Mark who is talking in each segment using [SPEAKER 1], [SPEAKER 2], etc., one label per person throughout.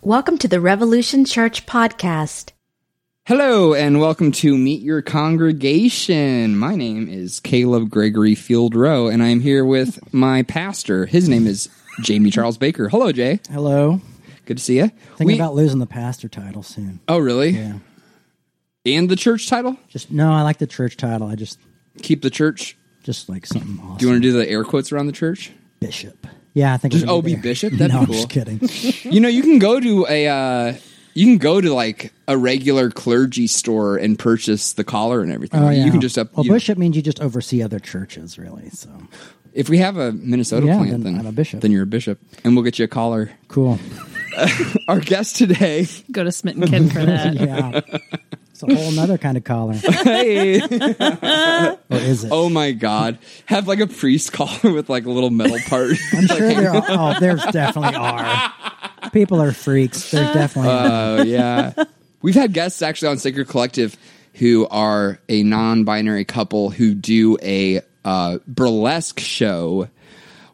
[SPEAKER 1] Welcome to the Revolution Church podcast.
[SPEAKER 2] Hello and welcome to Meet Your Congregation. My name is Caleb Gregory Field Rowe, and I'm here with my pastor. His name is Jamie Charles Baker. Hello, Jay.
[SPEAKER 3] Hello.
[SPEAKER 2] Good to see you.
[SPEAKER 3] Thinking about losing the pastor title soon.
[SPEAKER 2] oh, really? Yeah. And the church title?
[SPEAKER 3] Just no, I like the church title. I just
[SPEAKER 2] Keep the church.
[SPEAKER 3] just like something awesome.
[SPEAKER 2] Do you want to do the air quotes around the church?
[SPEAKER 3] bishop? Yeah, I think
[SPEAKER 2] Just
[SPEAKER 3] we'll
[SPEAKER 2] OB
[SPEAKER 3] go there.
[SPEAKER 2] Bishop? That'd
[SPEAKER 3] no,
[SPEAKER 2] be
[SPEAKER 3] I'm just
[SPEAKER 2] cool.
[SPEAKER 3] kidding.
[SPEAKER 2] you know, you can go to a. Uh, you can go to like a regular clergy store and purchase the collar and everything.
[SPEAKER 3] Oh,
[SPEAKER 2] You
[SPEAKER 3] yeah.
[SPEAKER 2] can just up.
[SPEAKER 3] Well,
[SPEAKER 2] you know,
[SPEAKER 3] bishop means you just oversee other churches, really. So
[SPEAKER 2] if we have a Minnesota
[SPEAKER 3] Yeah,
[SPEAKER 2] plant,
[SPEAKER 3] then
[SPEAKER 2] then
[SPEAKER 3] I'm a bishop.
[SPEAKER 2] Then you're a bishop, and we'll get you a collar.
[SPEAKER 3] cool.
[SPEAKER 2] Our guest today,
[SPEAKER 4] Go to Smitten Kid for that.
[SPEAKER 3] Yeah, it's a whole nother kind of collar,
[SPEAKER 2] hey,
[SPEAKER 3] or is it?
[SPEAKER 2] oh my god, have like a priest collar with like a little metal part.
[SPEAKER 3] I'm sure there are. Oh, there's definitely are. People are freaks. There's
[SPEAKER 4] Uh,
[SPEAKER 3] definitely.
[SPEAKER 2] Oh yeah, we've had guests actually on Sacred Collective who are a non-binary couple who do a uh, burlesque show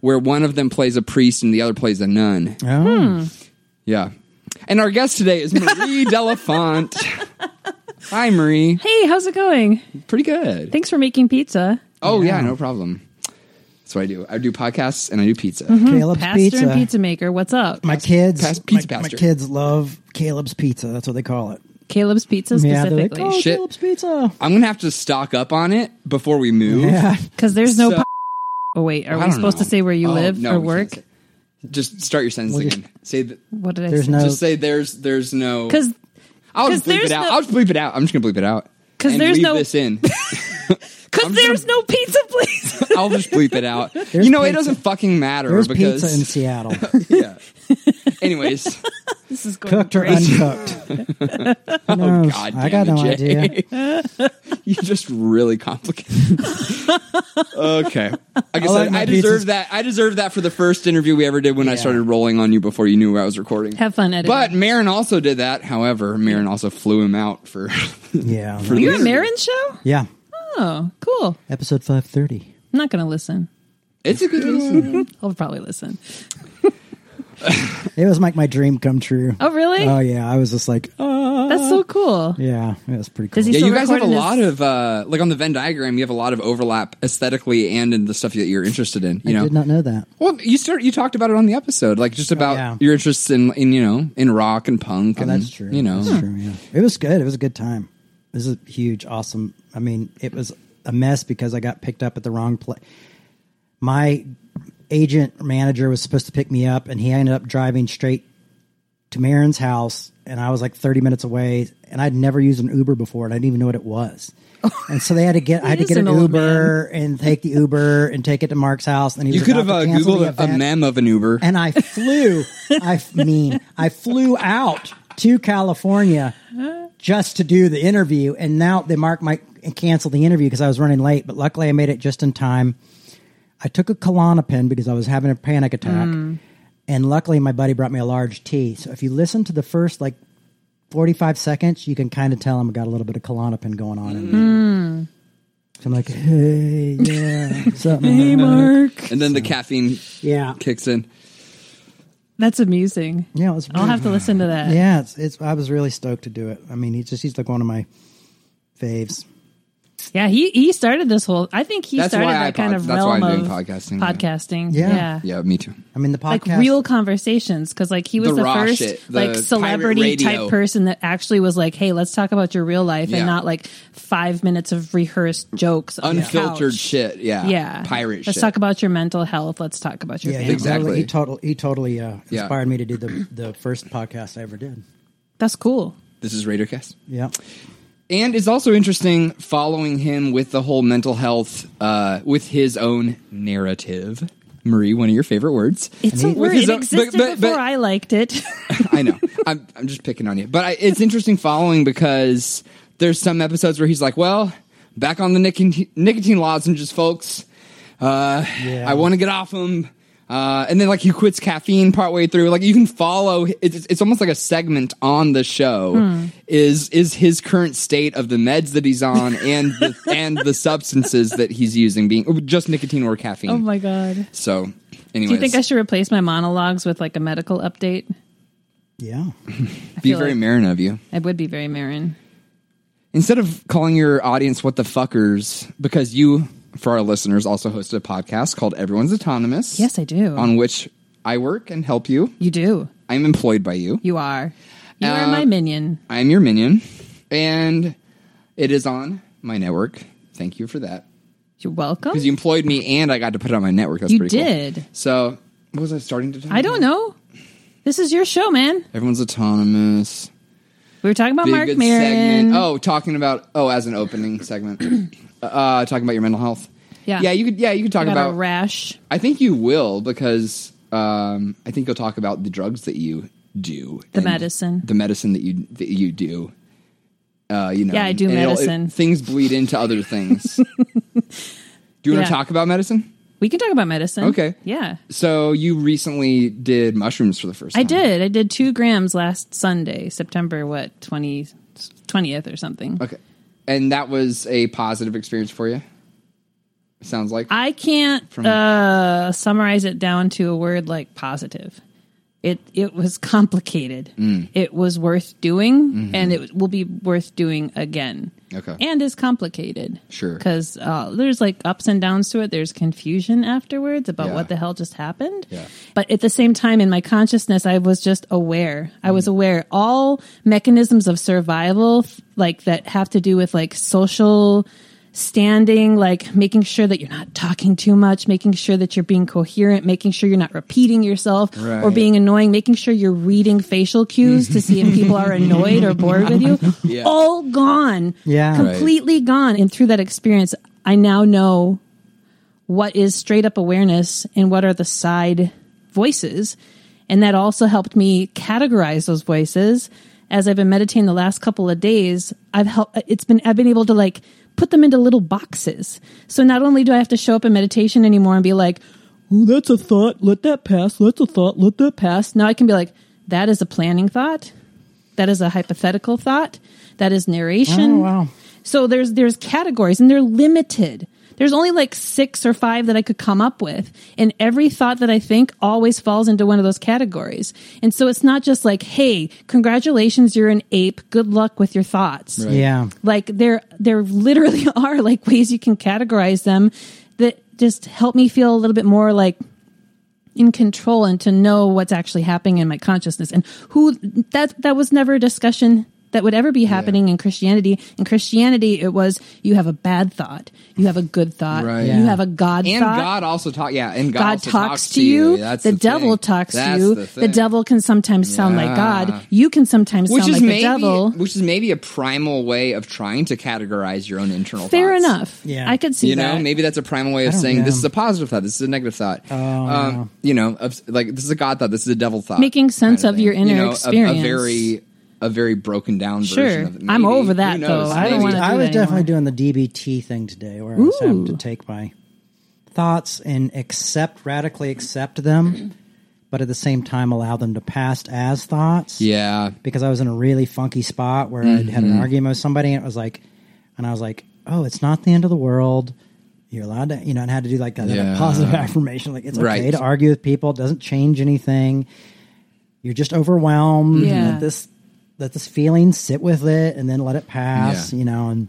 [SPEAKER 2] where one of them plays a priest and the other plays a nun.
[SPEAKER 4] hmm.
[SPEAKER 3] oh,
[SPEAKER 2] Yeah, and our guest today is Marie Delafont. Hi, Marie.
[SPEAKER 4] Hey, how's it going?
[SPEAKER 2] Pretty good.
[SPEAKER 4] Thanks for making pizza.
[SPEAKER 2] Oh yeah, no problem. That's what I do. I do podcasts and I do pizza.
[SPEAKER 3] Caleb's
[SPEAKER 4] Pastor and pizza maker, what's up?
[SPEAKER 3] My kids,
[SPEAKER 2] Pas- pizza
[SPEAKER 3] my, my
[SPEAKER 2] pastor.
[SPEAKER 3] kids love Caleb's pizza. That's what they call it.
[SPEAKER 4] Caleb's pizza
[SPEAKER 3] Yeah, they're like,
[SPEAKER 4] specifically.
[SPEAKER 3] oh,
[SPEAKER 2] Shit.
[SPEAKER 3] Caleb's pizza.
[SPEAKER 2] I'm gonna have to stock up on it before we move.
[SPEAKER 3] Yeah,
[SPEAKER 4] Because there's no.
[SPEAKER 2] So-
[SPEAKER 4] po- oh wait, are
[SPEAKER 2] I
[SPEAKER 4] we
[SPEAKER 2] don't
[SPEAKER 4] supposed
[SPEAKER 2] know.
[SPEAKER 4] to say where you
[SPEAKER 2] Oh,
[SPEAKER 4] live
[SPEAKER 2] no,
[SPEAKER 4] or
[SPEAKER 2] we
[SPEAKER 4] work?
[SPEAKER 2] can't say- Just start your sentence again. say th-
[SPEAKER 4] What did I
[SPEAKER 3] There's
[SPEAKER 4] say?
[SPEAKER 3] no-
[SPEAKER 2] just say there's there's no.
[SPEAKER 4] Because
[SPEAKER 2] I'll just
[SPEAKER 4] 'cause
[SPEAKER 2] bleep it
[SPEAKER 4] there's
[SPEAKER 2] out.
[SPEAKER 4] no-
[SPEAKER 2] I'll just bleep it out. I'm just gonna bleep it out.
[SPEAKER 4] 'Cause
[SPEAKER 2] And
[SPEAKER 4] there's
[SPEAKER 2] leave
[SPEAKER 4] no-
[SPEAKER 2] this in.
[SPEAKER 4] because there's no pizza place.
[SPEAKER 2] I'll just bleep it out. you know it
[SPEAKER 3] pizza.
[SPEAKER 2] doesn't fucking matter
[SPEAKER 3] there's
[SPEAKER 2] because
[SPEAKER 3] pizza in Seattle,
[SPEAKER 2] yeah. Anyways,
[SPEAKER 4] this is going
[SPEAKER 3] cooked or
[SPEAKER 4] great.
[SPEAKER 3] uncooked. Who knows?
[SPEAKER 2] Oh, God
[SPEAKER 3] Oh, I
[SPEAKER 2] damn
[SPEAKER 3] got no
[SPEAKER 2] it, Jay.
[SPEAKER 3] idea.
[SPEAKER 2] you just really complicated. okay, I guess
[SPEAKER 3] I
[SPEAKER 2] I,
[SPEAKER 3] like my
[SPEAKER 2] I deserve
[SPEAKER 3] pizzas.
[SPEAKER 2] that. I deserve that for the first interview we ever did when I
[SPEAKER 3] Yeah.
[SPEAKER 2] started rolling on you before you knew I was recording.
[SPEAKER 4] Have fun editing.
[SPEAKER 2] But Marin also did that. However, Marin also flew him out for.
[SPEAKER 3] Yeah,
[SPEAKER 2] For-
[SPEAKER 4] you're a Marin show.
[SPEAKER 3] yeah.
[SPEAKER 4] Oh, cool.
[SPEAKER 3] Episode five thirty.
[SPEAKER 4] I'm not gonna listen.
[SPEAKER 2] it's a good listen.
[SPEAKER 4] I'll probably listen.
[SPEAKER 3] It was like my dream come true.
[SPEAKER 4] Oh really?
[SPEAKER 3] Oh yeah, I was just like, oh
[SPEAKER 4] That's so cool.
[SPEAKER 3] yeah, it was pretty cool.
[SPEAKER 4] Does he
[SPEAKER 2] Yeah,
[SPEAKER 4] still
[SPEAKER 2] you guys have a
[SPEAKER 4] recording his-
[SPEAKER 2] lot of uh, like on the Venn diagram. You have a lot of overlap aesthetically and in the stuff that you're interested in. You
[SPEAKER 3] I
[SPEAKER 2] know,
[SPEAKER 3] did not know that.
[SPEAKER 2] well, you start you talked about it on the episode, like just about
[SPEAKER 3] yeah.
[SPEAKER 2] your interests in in you know in rock and punk.
[SPEAKER 3] Oh,
[SPEAKER 2] and,
[SPEAKER 3] that's true.
[SPEAKER 2] You know,
[SPEAKER 3] that's true. Yeah, it was good. It was a good time. This is a huge, awesome. I mean, it was a mess because I got picked up at the wrong place. My agent manager was supposed to pick me up, and he ended up driving straight to Marin's house, and I was like thirty minutes away, and I'd never used an Uber before, and I didn't even know what it was. And so they had to get. I had to
[SPEAKER 4] He
[SPEAKER 3] get
[SPEAKER 4] is
[SPEAKER 3] an,
[SPEAKER 4] an old
[SPEAKER 3] Uber and take the Uber and take it to Mark's house. And he
[SPEAKER 2] you
[SPEAKER 3] was
[SPEAKER 2] could
[SPEAKER 3] about
[SPEAKER 2] have uh,
[SPEAKER 3] to cancel the
[SPEAKER 2] googled a
[SPEAKER 3] event
[SPEAKER 2] mem of an Uber.
[SPEAKER 3] and I flew. I f- mean, I flew out to California just to do the interview, and now they mark my and canceled the interview because I was running late. But luckily, I made it just in time. I took a Klonopin because I was having a panic attack,
[SPEAKER 4] Mm.
[SPEAKER 3] and luckily, my buddy brought me a large tea. So if you listen to the first like. 45 seconds, you can kind of tell I'm got a little bit of Klonopin going on. In me.
[SPEAKER 4] Mm.
[SPEAKER 3] So I'm like, hey, yeah, something.
[SPEAKER 4] Hey, Mark.
[SPEAKER 2] and then the caffeine
[SPEAKER 3] Yeah.
[SPEAKER 2] kicks in.
[SPEAKER 4] That's amusing.
[SPEAKER 3] Yeah, it was
[SPEAKER 4] I'll have to listen to that.
[SPEAKER 3] Yeah, it's, it's. I was really stoked to do it. I mean, he's just he's like one of my faves.
[SPEAKER 4] Yeah, he he started this whole. I think he
[SPEAKER 2] That's
[SPEAKER 4] started
[SPEAKER 2] why
[SPEAKER 4] that
[SPEAKER 2] I
[SPEAKER 4] kind
[SPEAKER 2] pod-
[SPEAKER 4] of
[SPEAKER 2] that's why
[SPEAKER 4] realm
[SPEAKER 2] I'm doing
[SPEAKER 4] of
[SPEAKER 2] podcasting, yeah.
[SPEAKER 4] Podcasting,
[SPEAKER 3] Yeah.
[SPEAKER 4] yeah,
[SPEAKER 2] Yeah, me too.
[SPEAKER 3] I mean, the
[SPEAKER 4] like
[SPEAKER 3] podcast.
[SPEAKER 4] real conversations because like he was
[SPEAKER 2] The
[SPEAKER 4] the,
[SPEAKER 2] raw
[SPEAKER 4] first
[SPEAKER 2] shit, the
[SPEAKER 4] like
[SPEAKER 2] pirate
[SPEAKER 4] celebrity
[SPEAKER 2] radio.
[SPEAKER 4] type person that actually was like, hey, let's talk about your real life
[SPEAKER 2] Yeah.
[SPEAKER 4] and not like five minutes of rehearsed jokes, on the
[SPEAKER 2] Unfiltered
[SPEAKER 4] couch.
[SPEAKER 2] shit. Yeah,
[SPEAKER 4] Yeah,
[SPEAKER 2] pirate.
[SPEAKER 4] Let's
[SPEAKER 2] shit.
[SPEAKER 4] talk about your mental health. Let's talk about your
[SPEAKER 3] Yeah, he
[SPEAKER 4] family.
[SPEAKER 2] Exactly.
[SPEAKER 3] totally. He totally. He totally uh,
[SPEAKER 2] Yeah.
[SPEAKER 3] inspired me to do the the first podcast I ever did.
[SPEAKER 4] That's cool.
[SPEAKER 2] This is Raidercast.
[SPEAKER 3] Yeah.
[SPEAKER 2] And it's also interesting following him with the whole mental health, uh, with his own narrative. Marie, one of your favorite words.
[SPEAKER 4] It's a
[SPEAKER 2] With
[SPEAKER 4] word.
[SPEAKER 2] his
[SPEAKER 4] It
[SPEAKER 2] own-
[SPEAKER 4] existed
[SPEAKER 2] but- but- but-
[SPEAKER 4] before I liked it.
[SPEAKER 2] I know. I'm, I'm just picking on you. But I, it's interesting following because there's some episodes where he's like, well, back on the nicotine, nicotine lozenges, folks. Uh,
[SPEAKER 3] Yeah.
[SPEAKER 2] I want to get off them. Uh, and then like he quits caffeine partway through. Like you can follow. It's, it's almost like a segment on the show.
[SPEAKER 4] Hmm.
[SPEAKER 2] Is is his current state of the meds that he's on and the, and the substances that he's using, being just nicotine or caffeine.
[SPEAKER 4] oh my god.
[SPEAKER 2] So, anyways,
[SPEAKER 4] Do you think I should replace my monologues with like a medical update?
[SPEAKER 3] Yeah.
[SPEAKER 2] Be
[SPEAKER 4] feel
[SPEAKER 2] very
[SPEAKER 4] like-
[SPEAKER 2] Marin of you.
[SPEAKER 4] It would be very Marin.
[SPEAKER 2] Instead of calling your audience what the fuckers, because you, for our listeners, also hosted a podcast called Everyone's Autonomous.
[SPEAKER 4] Yes, I do.
[SPEAKER 2] On which I work and help you.
[SPEAKER 4] You do.
[SPEAKER 2] I'm employed by you.
[SPEAKER 4] You are. You are
[SPEAKER 2] Uh,
[SPEAKER 4] my minion.
[SPEAKER 2] I'm your minion, and it is on my network. Thank you for that.
[SPEAKER 4] You're welcome.
[SPEAKER 2] Because you employed me and I got to put it on my network. That's
[SPEAKER 4] You
[SPEAKER 2] pretty cool.
[SPEAKER 4] did.
[SPEAKER 2] So, what was I starting to talk
[SPEAKER 4] I don't
[SPEAKER 2] about?
[SPEAKER 4] know. This is your show, man.
[SPEAKER 2] Everyone's autonomous.
[SPEAKER 4] We were talking about
[SPEAKER 2] Be a
[SPEAKER 4] Mark
[SPEAKER 2] good
[SPEAKER 4] Marin.
[SPEAKER 2] segment. Oh, talking about oh, as an opening segment, uh, talking about your mental health.
[SPEAKER 4] Yeah.
[SPEAKER 2] yeah, you could. Yeah, you could
[SPEAKER 4] I
[SPEAKER 2] talk
[SPEAKER 4] got
[SPEAKER 2] about.
[SPEAKER 4] a rash.
[SPEAKER 2] I think you will because um, I think you'll talk about the drugs that you do,
[SPEAKER 4] The
[SPEAKER 2] and
[SPEAKER 4] medicine.
[SPEAKER 2] the medicine that you that you do. Uh, you know,
[SPEAKER 4] Yeah, I do
[SPEAKER 2] and it'll-
[SPEAKER 4] medicine.
[SPEAKER 2] things bleed into other things. do you want
[SPEAKER 4] Yeah.
[SPEAKER 2] to talk about medicine?
[SPEAKER 4] We can talk about medicine.
[SPEAKER 2] Okay.
[SPEAKER 4] Yeah.
[SPEAKER 2] So you recently did mushrooms for the first
[SPEAKER 4] I
[SPEAKER 2] time.
[SPEAKER 4] did. I did two grams last Sunday, September, what, 20, 20th or something.
[SPEAKER 2] Okay, and that was a positive experience for you. Sounds like
[SPEAKER 4] I can't uh, summarize it down to a word like positive. It it was complicated.
[SPEAKER 2] Mm.
[SPEAKER 4] It was worth doing, and it will be worth doing again.
[SPEAKER 2] Mm-hmm. Okay.
[SPEAKER 4] and is complicated.
[SPEAKER 2] Sure.
[SPEAKER 4] because uh, there's like ups and downs to it. There's confusion afterwards about
[SPEAKER 2] Yeah.
[SPEAKER 4] what the hell just happened.
[SPEAKER 2] Yeah.
[SPEAKER 4] But at the same time, in my consciousness, I was just aware. I
[SPEAKER 2] Mm.
[SPEAKER 4] was aware all mechanisms of survival, f- like that have to do with like social standing, like making sure that you're not talking too much, making sure that you're being coherent, making sure you're not repeating yourself or
[SPEAKER 2] Right.
[SPEAKER 4] being annoying, making sure you're reading facial cues to see if people are annoyed or bored with you.
[SPEAKER 2] Yeah.
[SPEAKER 4] All gone.
[SPEAKER 3] Yeah. Right.
[SPEAKER 4] Completely gone. And through that experience, I now know what is straight up awareness and what are the side voices. And that also helped me categorize those voices. As I've been meditating the last couple of days, I've helped, it's been, I've been able to like put them into little boxes. So not only do I have to show up in meditation anymore and be like, oh, that's a thought, let that pass, that's a thought, let that pass. Now I can be like, that is a planning thought. That is a hypothetical thought. That is narration.
[SPEAKER 3] Oh, wow.
[SPEAKER 4] So there's there's categories and they're limited. There's only like six or five that I could come up with. And every thought that I think always falls into one of those categories. And so it's not just like, hey, congratulations, you're an ape. Good luck with your thoughts.
[SPEAKER 2] Right.
[SPEAKER 3] Yeah.
[SPEAKER 4] Like there there literally are like ways you can categorize them that just help me feel a little bit more like in control and to know what's actually happening in my consciousness and who that that was never a discussion that would ever be happening in Christianity. In Christianity, it was you have a bad thought, you have a good thought,
[SPEAKER 2] Right.
[SPEAKER 4] you have a God
[SPEAKER 2] and
[SPEAKER 4] thought.
[SPEAKER 2] God also talk. Yeah, and God,
[SPEAKER 4] God
[SPEAKER 2] also
[SPEAKER 4] talks, to you.
[SPEAKER 2] That's
[SPEAKER 4] the,
[SPEAKER 2] the,
[SPEAKER 4] devil
[SPEAKER 2] thing.
[SPEAKER 4] talks
[SPEAKER 2] That's
[SPEAKER 4] to you.
[SPEAKER 2] The,
[SPEAKER 4] The,
[SPEAKER 2] thing.
[SPEAKER 4] devil can sometimes sound like
[SPEAKER 2] Yeah.
[SPEAKER 4] God. You can sometimes
[SPEAKER 2] which
[SPEAKER 4] sound
[SPEAKER 2] is
[SPEAKER 4] like
[SPEAKER 2] maybe,
[SPEAKER 4] the devil.
[SPEAKER 2] which is maybe a primal way of trying to categorize your own internal.
[SPEAKER 4] Fair
[SPEAKER 2] thoughts.
[SPEAKER 4] enough.
[SPEAKER 3] Yeah.
[SPEAKER 4] I could see
[SPEAKER 2] You know,
[SPEAKER 4] that.
[SPEAKER 2] maybe that's a primal way of
[SPEAKER 3] don't
[SPEAKER 2] saying
[SPEAKER 3] know.
[SPEAKER 2] this is a positive thought, this is a negative thought. Oh, um, You know, of, like this is a God thought, this is a devil thought.
[SPEAKER 4] Making sense
[SPEAKER 2] kind
[SPEAKER 4] of your
[SPEAKER 2] thing. you
[SPEAKER 4] inner
[SPEAKER 2] know, a- A,
[SPEAKER 4] experience.
[SPEAKER 2] very, a very broken down
[SPEAKER 4] Sure.
[SPEAKER 2] version of it.
[SPEAKER 4] I'm
[SPEAKER 2] Maybe.
[SPEAKER 4] over that,
[SPEAKER 2] Who knows?
[SPEAKER 4] though.
[SPEAKER 3] I
[SPEAKER 4] I don't
[SPEAKER 2] Maybe.
[SPEAKER 3] was,
[SPEAKER 4] wanna
[SPEAKER 3] I
[SPEAKER 4] do
[SPEAKER 3] was
[SPEAKER 4] that
[SPEAKER 3] definitely doing the DBT thing today, where I was having to take my thoughts and accept radically accept them, but at the same time allow them to pass as thoughts.
[SPEAKER 2] Yeah,
[SPEAKER 3] Because I was in a really funky spot where I had
[SPEAKER 2] Mm-hmm.
[SPEAKER 3] an argument with somebody, and it was like, and I was like, oh, it's not the end of the world. You're allowed to, you know, and I had to do like a,
[SPEAKER 2] Yeah.
[SPEAKER 3] positive affirmation, like it's okay
[SPEAKER 2] Right.
[SPEAKER 3] to argue with people. It doesn't change anything. You're just overwhelmed.
[SPEAKER 4] Yeah.
[SPEAKER 3] Let this let this feeling sit with it, and then let it pass.
[SPEAKER 2] Yeah.
[SPEAKER 3] You know, and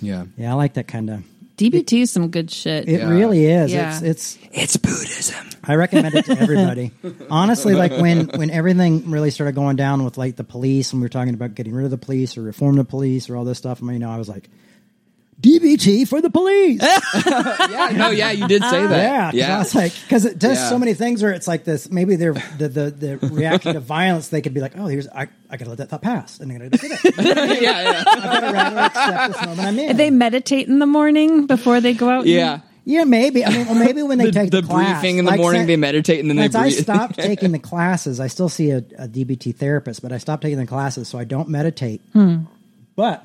[SPEAKER 2] yeah.
[SPEAKER 3] yeah, I like that kind of.
[SPEAKER 4] DBT is some good shit.
[SPEAKER 3] It
[SPEAKER 2] Yeah.
[SPEAKER 3] really is.
[SPEAKER 4] Yeah.
[SPEAKER 3] It's it's.
[SPEAKER 2] It's Buddhism.
[SPEAKER 3] I recommend it to everybody. Honestly, like when when everything really started going down with like the police, and we were talking about getting rid of the police or reform the police or all this stuff. I mean, you know, I was like, DBT for the police.
[SPEAKER 2] yeah, no, yeah, you did
[SPEAKER 4] Ah.
[SPEAKER 2] say
[SPEAKER 3] Yeah,
[SPEAKER 2] that.
[SPEAKER 3] 'cause I was like, because it does
[SPEAKER 2] Yeah.
[SPEAKER 3] so many things where it's like this. Maybe they're the the, the reaction to violence. They could be like, oh, here's I, I gotta let that thought pass, and I'm gonna do that.
[SPEAKER 2] yeah, yeah,
[SPEAKER 3] I gotta rather accept this moment I'm in.
[SPEAKER 4] They meditate in the morning before they go out. and-
[SPEAKER 2] yeah.
[SPEAKER 3] yeah, maybe. I mean, well, maybe when they
[SPEAKER 2] The,
[SPEAKER 3] take
[SPEAKER 2] the
[SPEAKER 3] the, class,
[SPEAKER 2] briefing in the
[SPEAKER 3] like,
[SPEAKER 2] morning,
[SPEAKER 3] say-
[SPEAKER 2] they meditate, and then they
[SPEAKER 3] Since I
[SPEAKER 2] breathe.
[SPEAKER 3] stopped taking the classes, I still see a, a DBT therapist, but I stopped taking the classes, so I don't meditate.
[SPEAKER 4] Hmm.
[SPEAKER 3] But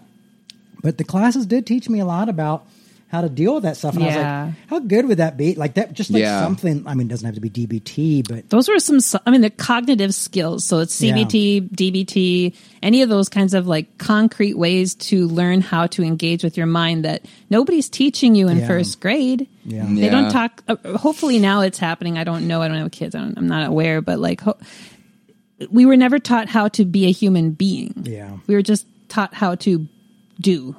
[SPEAKER 3] but the classes did teach me a lot about how to deal with that stuff, and I
[SPEAKER 4] Yeah.
[SPEAKER 3] was like, how good would that be? Like that, just like
[SPEAKER 2] Yeah.
[SPEAKER 3] something. I mean, it doesn't have to be DBT, but
[SPEAKER 4] Those were some, I mean, the cognitive skills. So it's CBT, DBT, any of those kinds of like concrete ways to learn how to engage with your mind that nobody's teaching you in
[SPEAKER 3] Yeah.
[SPEAKER 4] first grade.
[SPEAKER 3] Yeah.
[SPEAKER 4] They
[SPEAKER 2] Yeah.
[SPEAKER 4] don't talk, uh, hopefully now it's happening. I don't know. I don't have kids. I don't, I'm not aware, but like, ho- we were never taught how to be a human being.
[SPEAKER 3] Yeah.
[SPEAKER 4] We were just taught how to do,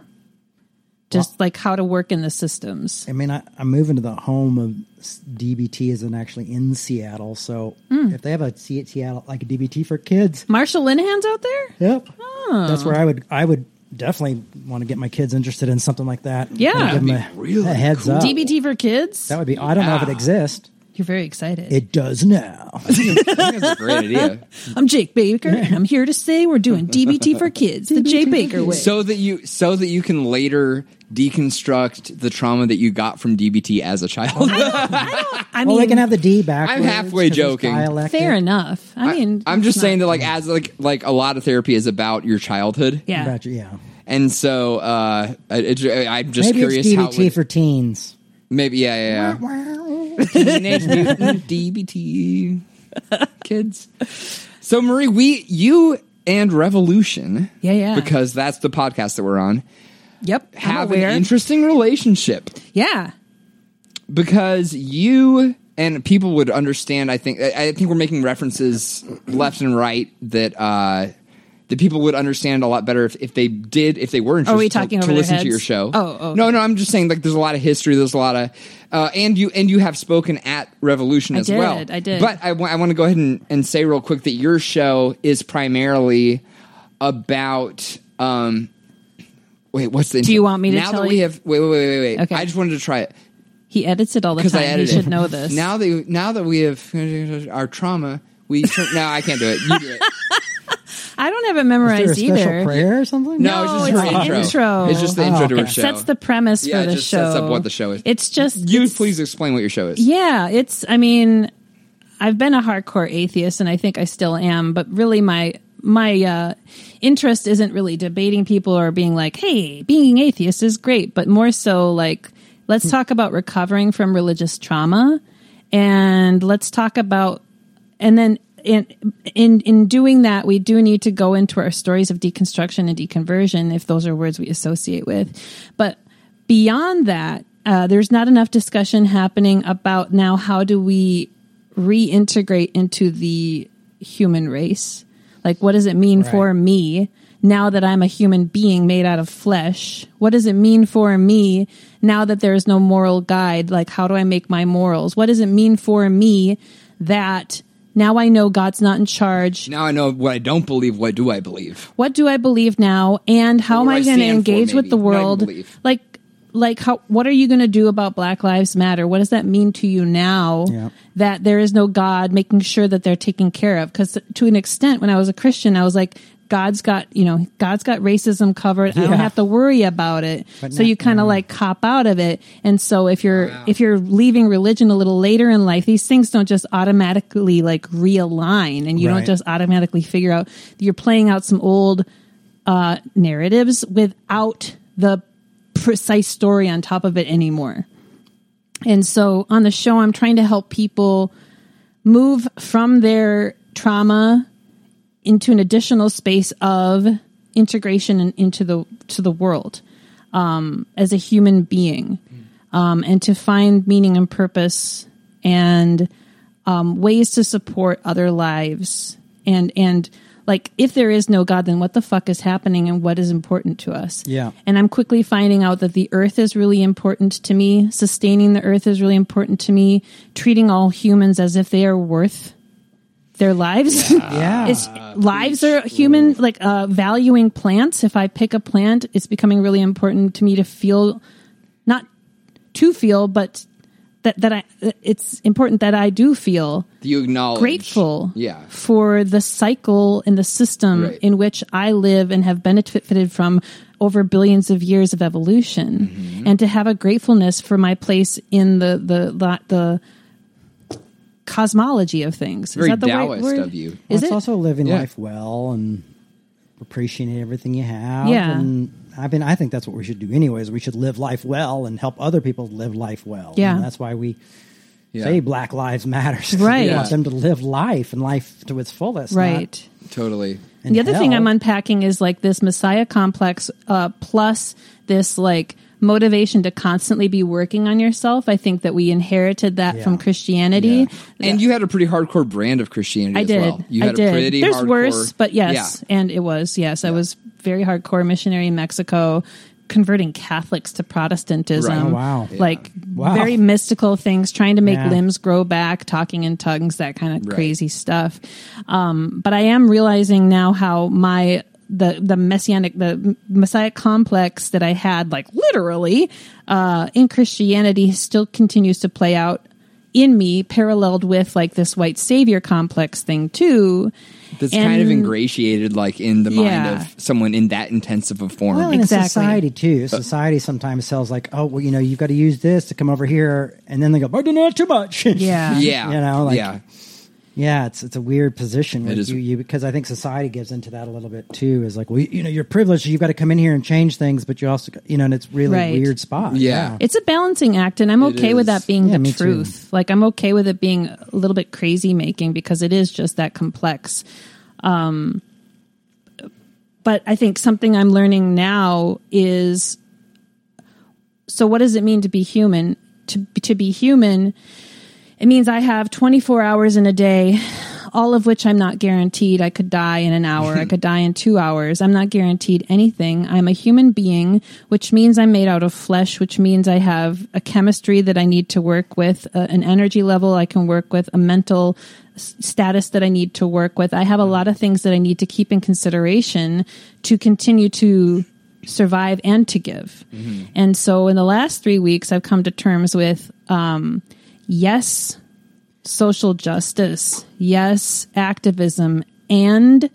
[SPEAKER 4] just like how to work in the systems.
[SPEAKER 3] I mean, I, I'm moving to the home of s- DBT isn't actually in Seattle, so
[SPEAKER 4] Hmm.
[SPEAKER 3] if they have a C at Seattle like a DBT for kids,
[SPEAKER 4] Marshall Linehan's out there?
[SPEAKER 3] yep, that's where I would I would definitely want to get my kids interested in something like that.
[SPEAKER 4] Yeah.
[SPEAKER 3] Kinda give them
[SPEAKER 2] That'd
[SPEAKER 3] a,
[SPEAKER 2] be really
[SPEAKER 3] a heads
[SPEAKER 2] cool.
[SPEAKER 3] up.
[SPEAKER 4] DBT for kids?
[SPEAKER 3] that would be. I don't know if it
[SPEAKER 2] Yeah.
[SPEAKER 3] exists.
[SPEAKER 4] You're very excited.
[SPEAKER 3] It does now.
[SPEAKER 2] That's a great idea.
[SPEAKER 4] I'm Jake Baker, and I'm here to say we're doing DBT for kids, the Jay Baker way.
[SPEAKER 2] So that you so that you can later deconstruct the trauma that you got from DBT as a child.
[SPEAKER 3] well,
[SPEAKER 4] I mean,
[SPEAKER 3] they can have the D backwards.
[SPEAKER 2] halfway
[SPEAKER 3] 'cause it's
[SPEAKER 2] joking.
[SPEAKER 3] dialectic.
[SPEAKER 4] fair enough. I mean,
[SPEAKER 2] I'm just
[SPEAKER 4] it's
[SPEAKER 2] saying that
[SPEAKER 4] not-
[SPEAKER 2] like as like like a lot of therapy is about your childhood.
[SPEAKER 4] yeah.
[SPEAKER 3] Gotcha, yeah.
[SPEAKER 2] And so uh I, it, I'm just
[SPEAKER 3] Maybe
[SPEAKER 2] curious
[SPEAKER 3] it's
[SPEAKER 2] how
[SPEAKER 3] DBT
[SPEAKER 2] it would-
[SPEAKER 3] for teens.
[SPEAKER 2] maybe yeah yeah. yeah. Teenage Mutant DBT kids. So Marie, we you and Revolution,
[SPEAKER 4] Yeah, yeah.
[SPEAKER 2] because that's the podcast that we're on,
[SPEAKER 4] Yep.
[SPEAKER 2] have
[SPEAKER 4] I'm
[SPEAKER 2] an
[SPEAKER 4] aware.
[SPEAKER 2] interesting relationship
[SPEAKER 4] yeah.
[SPEAKER 2] because you and people would understand. I think I I think we're making references left and right that uh, that people would understand a lot better if, if they did if they were interested.
[SPEAKER 4] Are we
[SPEAKER 2] to-
[SPEAKER 4] talking
[SPEAKER 2] to,
[SPEAKER 4] over their
[SPEAKER 2] listen to
[SPEAKER 4] heads?
[SPEAKER 2] your show?
[SPEAKER 4] Oh, oh,
[SPEAKER 2] no, no. I'm just saying like there's a lot of history. There's a lot of uh, and you and you have spoken at Revolution
[SPEAKER 4] I
[SPEAKER 2] as well.
[SPEAKER 4] did, I did.
[SPEAKER 2] But I want to go ahead and, and say real quick that your show is primarily about. Um, Wait, what's the?
[SPEAKER 4] Do you want me to
[SPEAKER 2] now
[SPEAKER 4] tell
[SPEAKER 2] that we
[SPEAKER 4] you?
[SPEAKER 2] have? Wait, wait, wait, wait, wait.
[SPEAKER 4] Okay.
[SPEAKER 2] I just wanted to try it
[SPEAKER 4] He edits it all the
[SPEAKER 2] because
[SPEAKER 4] time.
[SPEAKER 2] I edited.
[SPEAKER 4] he should know this.
[SPEAKER 2] Now that now that we have our trauma, we turn, no, I can't do it. You do it.
[SPEAKER 4] I don't
[SPEAKER 3] Is
[SPEAKER 4] have it
[SPEAKER 3] there a
[SPEAKER 4] memorized
[SPEAKER 3] special
[SPEAKER 4] either.
[SPEAKER 3] prayer or something?
[SPEAKER 2] No,
[SPEAKER 4] No,
[SPEAKER 2] it's
[SPEAKER 4] it's
[SPEAKER 2] just
[SPEAKER 4] the
[SPEAKER 2] her intro.
[SPEAKER 4] intro.
[SPEAKER 2] It's just the
[SPEAKER 3] Oh,
[SPEAKER 2] intro to
[SPEAKER 3] okay.
[SPEAKER 2] her show.
[SPEAKER 4] Sets the premise
[SPEAKER 2] yeah,
[SPEAKER 4] for the
[SPEAKER 2] it just
[SPEAKER 4] show.
[SPEAKER 2] sets up what the show is.
[SPEAKER 4] It's just
[SPEAKER 2] you
[SPEAKER 4] it's-
[SPEAKER 2] please explain what your show is.
[SPEAKER 4] Yeah, it's. I mean, I've been a hardcore atheist, and I think I still am. But really, my my uh, interest isn't really debating people or being like, "Hey, being atheist is great," but more so like, let's talk about recovering from religious trauma, and let's talk about, and then. In, in in doing that, we do need to go into our stories of deconstruction and deconversion, if those are words we associate with. But beyond that, uh, there's not enough discussion happening about now how do we reintegrate into the human race? Like, what does it mean for me now that I'm a human being made out of flesh? What does it mean for me now that there is no moral guide? Like, how do I make my morals? What does it mean for me that now I know God's not in charge?
[SPEAKER 2] Now I know what I don't believe. What do I believe?
[SPEAKER 4] what do I believe now, and how am
[SPEAKER 2] What do
[SPEAKER 4] I
[SPEAKER 2] I
[SPEAKER 4] going to
[SPEAKER 2] stand for,
[SPEAKER 4] engage with
[SPEAKER 2] maybe?
[SPEAKER 4] the
[SPEAKER 2] Not even
[SPEAKER 4] world?
[SPEAKER 2] believe.
[SPEAKER 4] Like, like how? What are you going to do about Black Lives Matter? What does that mean to you now
[SPEAKER 3] Yeah.
[SPEAKER 4] that there is no God, making sure that they're taken care of? Because to an extent, when I was a Christian, I was like. God's got you know God's got racism covered. I
[SPEAKER 3] Yeah.
[SPEAKER 4] don't have to worry about it. so
[SPEAKER 3] not-
[SPEAKER 4] you kind of like cop out of it. And so if you're if you're leaving religion a little later in life, these things don't just automatically like realign, and you
[SPEAKER 3] Right.
[SPEAKER 4] don't just automatically figure out you're playing out some old uh, narratives without the precise story on top of it anymore. And so on the show, I'm trying to help people move from their trauma into an additional space of integration and into the to the world um, as a human being, um, and to find meaning and purpose and um, ways to support other lives and and like if there is no god then what the fuck is happening and what is important to us
[SPEAKER 3] Yeah.
[SPEAKER 4] and i'm quickly finding out that the earth is really important to me sustaining the earth is really important to me treating all humans as if they are worth their lives
[SPEAKER 3] Yeah.
[SPEAKER 4] It's
[SPEAKER 2] Uh,
[SPEAKER 4] lives are human like uh, valuing plants if i pick a plant it's becoming really important to me to feel not to feel but that, that i it's important that i do feel
[SPEAKER 2] Do you acknowledge?
[SPEAKER 4] grateful
[SPEAKER 2] Yeah.
[SPEAKER 4] for the cycle and the system
[SPEAKER 2] Right.
[SPEAKER 4] in which I live and have benefited from over billions of years of evolution,
[SPEAKER 2] Mm-hmm.
[SPEAKER 4] and to have a gratefulness for my place in the the the, the cosmology of things. Is
[SPEAKER 2] Very
[SPEAKER 4] that the right
[SPEAKER 2] Taoist
[SPEAKER 4] word?
[SPEAKER 2] of you.
[SPEAKER 3] Well,
[SPEAKER 4] Is
[SPEAKER 3] it's
[SPEAKER 4] it?
[SPEAKER 3] also living
[SPEAKER 2] Yeah.
[SPEAKER 3] life well and appreciating everything you have.
[SPEAKER 4] Yeah.
[SPEAKER 3] And I mean, I think that's what we should do, anyways. We should live life well and help other people live life well.
[SPEAKER 4] Yeah.
[SPEAKER 3] And that's why we
[SPEAKER 2] Yeah.
[SPEAKER 3] say Black Lives Matters.
[SPEAKER 4] Right.
[SPEAKER 3] We
[SPEAKER 4] Yeah.
[SPEAKER 3] want them to live life and life to its fullest. not-
[SPEAKER 4] right.
[SPEAKER 2] Totally.
[SPEAKER 3] and
[SPEAKER 4] the other thing
[SPEAKER 3] hell.
[SPEAKER 4] I'm unpacking is like this messiah complex uh, plus this like motivation to constantly be working on yourself. I think that we inherited that
[SPEAKER 3] Yeah.
[SPEAKER 4] from Christianity.
[SPEAKER 2] And you had a pretty hardcore brand of Christianity
[SPEAKER 4] I
[SPEAKER 2] as
[SPEAKER 4] did.
[SPEAKER 2] well. You
[SPEAKER 4] I
[SPEAKER 2] had
[SPEAKER 4] did.
[SPEAKER 2] a pretty
[SPEAKER 4] There's
[SPEAKER 2] hardcore,
[SPEAKER 4] worse, but yes,
[SPEAKER 2] Yeah.
[SPEAKER 4] and it was yes. I was very hardcore missionary in Mexico, converting Catholics to Protestantism.
[SPEAKER 2] Right. Oh,
[SPEAKER 3] wow.
[SPEAKER 4] Like
[SPEAKER 3] Wow.
[SPEAKER 4] very mystical things, trying to make
[SPEAKER 3] Yeah.
[SPEAKER 4] limbs grow back, talking in tongues, that kind of
[SPEAKER 2] Right.
[SPEAKER 4] crazy stuff. Um, but I am realizing now how my the the messianic the messiah complex that I had like literally uh, in Christianity still continues to play out in me paralleled with like this white savior complex thing too
[SPEAKER 2] That's kind of
[SPEAKER 4] And-
[SPEAKER 2] ingratiated, like in the
[SPEAKER 4] Yeah.
[SPEAKER 2] mind of someone in that intensive a form.
[SPEAKER 3] Well, and
[SPEAKER 4] Exactly.
[SPEAKER 3] in society too. Society sometimes sells like, oh, well, you know, you've got to use this to come over here, and then they go, but not too much.
[SPEAKER 4] Yeah.
[SPEAKER 2] yeah,
[SPEAKER 3] You know, like-
[SPEAKER 2] yeah,
[SPEAKER 3] yeah. It's it's a weird position with
[SPEAKER 2] is.
[SPEAKER 3] you, you because I think society gives into that a little bit too. Is like, well, you know, you're privileged, you've got to come in here and change things, but you also, got- you know, and it's really
[SPEAKER 4] Right.
[SPEAKER 3] weird spot.
[SPEAKER 2] Yeah.
[SPEAKER 4] It's a balancing act, and I'm
[SPEAKER 2] It
[SPEAKER 4] okay
[SPEAKER 2] is.
[SPEAKER 4] with that being
[SPEAKER 3] Yeah, me
[SPEAKER 4] the
[SPEAKER 3] too.
[SPEAKER 4] truth. Like, I'm okay with it being a little bit crazy making because it is just that complex. Um, but I think something I'm learning now is so, what does it mean to be human? To, to be human, it means I have 24 hours in a day, all of which I'm not guaranteed. I could die in an hour. I could die in two hours. I'm not guaranteed anything. I'm a human being, which means I'm made out of flesh, which means I have a chemistry that I need to work with, uh, an energy level I can work with, a mental s- status that I need to work with. I have a lot of things that I need to keep in consideration to continue to survive and to give. And so in the last three weeks, I've come to terms with, um, yes, social justice, yes, activism, and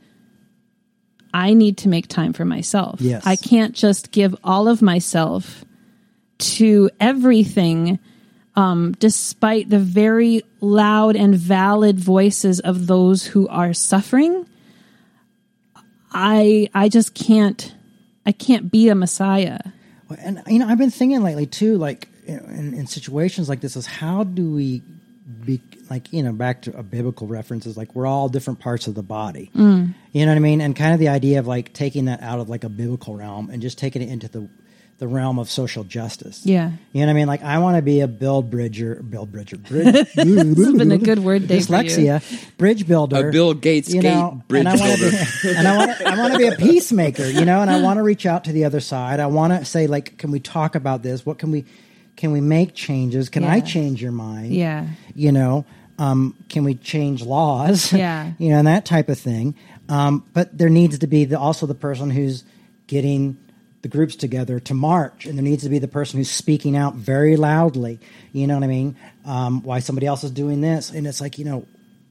[SPEAKER 4] I need to make time for myself.
[SPEAKER 3] Yes.
[SPEAKER 4] I can't just give all of myself to everything um, despite the very loud and valid voices of those who are suffering i i just can't i can't be a messiah
[SPEAKER 3] and you know i've been thinking lately too like you know, in, in situations like this is how do we be like you know back to a biblical references like we're all different parts of the body you know what i mean and kind of the idea of like taking that out of like a biblical realm and just taking it into the the realm of social justice
[SPEAKER 4] Yeah.
[SPEAKER 3] you know what i mean like i want to be a build bridger build bridger bridge,
[SPEAKER 4] it's been a good word day for you.
[SPEAKER 3] dyslexia bridge builder
[SPEAKER 2] A Bill Gates
[SPEAKER 3] you know,
[SPEAKER 2] gate bridge
[SPEAKER 3] and I wanna
[SPEAKER 2] builder.
[SPEAKER 3] be- and I want to, I want to be a peacemaker, you know, and I want to reach out to the other side. I want to say, like, can we talk about this? What can we, can we make changes? Can I
[SPEAKER 4] Yeah.
[SPEAKER 3] change your mind?
[SPEAKER 4] Yeah.
[SPEAKER 3] you know, um, can we change laws?
[SPEAKER 4] Yeah.
[SPEAKER 3] you know, and that type of thing. Um, but there needs to be the, also the person who's getting the groups together to march, and there needs to be the person who's speaking out very loudly. You know what I mean? Um, why somebody else is doing this, and it's like you know,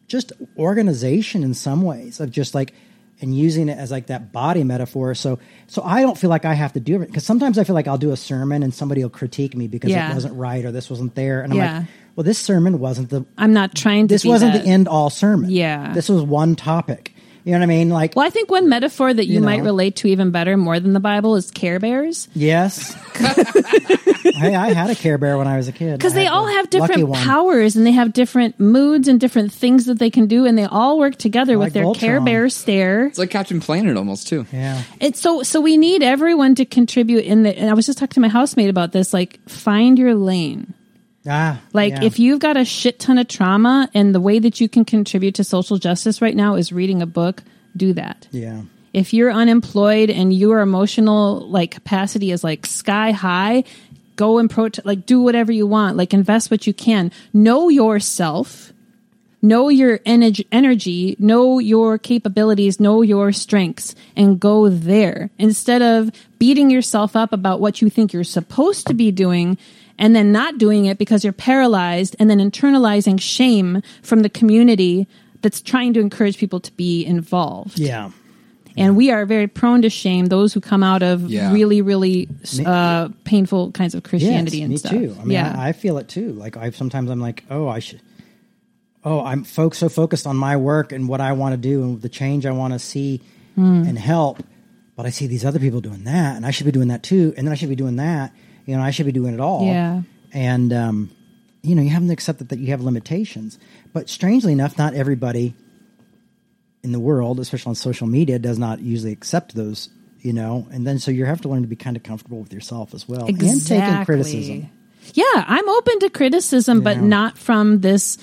[SPEAKER 3] just organization in some ways of just like and using it as like that body metaphor. So so I don't feel like I have to do it because sometimes I feel like I'll do a sermon and somebody will critique me because
[SPEAKER 4] Yeah.
[SPEAKER 3] it wasn't right or this wasn't there, and I'm
[SPEAKER 4] Yeah.
[SPEAKER 3] like, well, this sermon wasn't the
[SPEAKER 4] i'm not trying to
[SPEAKER 3] this
[SPEAKER 4] be
[SPEAKER 3] wasn't
[SPEAKER 4] that.
[SPEAKER 3] the end all sermon.
[SPEAKER 4] Yeah.
[SPEAKER 3] This was one topic. You know what I mean? Like,
[SPEAKER 4] well i think one metaphor that you,
[SPEAKER 3] You
[SPEAKER 4] might
[SPEAKER 3] know.
[SPEAKER 4] relate to even better more than the bible is care bears
[SPEAKER 3] yes. hey, I had a Care Bear when I was a kid.
[SPEAKER 4] because
[SPEAKER 3] I
[SPEAKER 4] they
[SPEAKER 3] had
[SPEAKER 4] all
[SPEAKER 3] the
[SPEAKER 4] have
[SPEAKER 3] lucky
[SPEAKER 4] different
[SPEAKER 3] one.
[SPEAKER 4] powers and they have different moods and different things that they can do and they all work together
[SPEAKER 3] Like
[SPEAKER 4] with their
[SPEAKER 3] Voltron.
[SPEAKER 4] care bear stare
[SPEAKER 2] It's like Captain Planet almost too.
[SPEAKER 3] Yeah.
[SPEAKER 4] it's so so we need everyone to contribute in the and i was just talking to my housemate about this like find your lane
[SPEAKER 3] Ah,
[SPEAKER 4] like
[SPEAKER 3] yeah.
[SPEAKER 4] if you've got a shit ton of trauma and the way that you can contribute to social justice right now is reading a book do that
[SPEAKER 3] Yeah.
[SPEAKER 4] if you're unemployed and your emotional like capacity is like sky high go and protest like do whatever you want like invest what you can know yourself know your energy energy know your capabilities know your strengths and go there instead of beating yourself up about what you think you're supposed to be doing and then not doing it because you're paralyzed and then internalizing shame from the community that's trying to encourage people to be involved
[SPEAKER 3] Yeah.
[SPEAKER 4] and we are very prone to shame those who come out of
[SPEAKER 2] Yeah.
[SPEAKER 4] really really uh, painful kinds of christianity
[SPEAKER 3] Yes,
[SPEAKER 4] and
[SPEAKER 3] me
[SPEAKER 4] stuff
[SPEAKER 3] too. I mean,
[SPEAKER 4] yeah
[SPEAKER 3] I, I feel it too. Like I sometimes I'm like, oh, I should. Oh, I'm fo- so focused on my work and what I want to do and the change I want to see
[SPEAKER 4] Hmm.
[SPEAKER 3] and help, but I see these other people doing that, and I should be doing that too, and then I should be doing that. You know, I should be doing it all.
[SPEAKER 4] Yeah.
[SPEAKER 3] And um, you know, you have to accept that, that you have limitations. But strangely enough, not everybody in the world, especially on social media, does not usually accept those you know, and then so you have to learn to be kind of comfortable with yourself as well and
[SPEAKER 4] exactly.
[SPEAKER 3] taking criticism.
[SPEAKER 4] Yeah, I'm open to criticism, but
[SPEAKER 3] Yeah.
[SPEAKER 4] not from this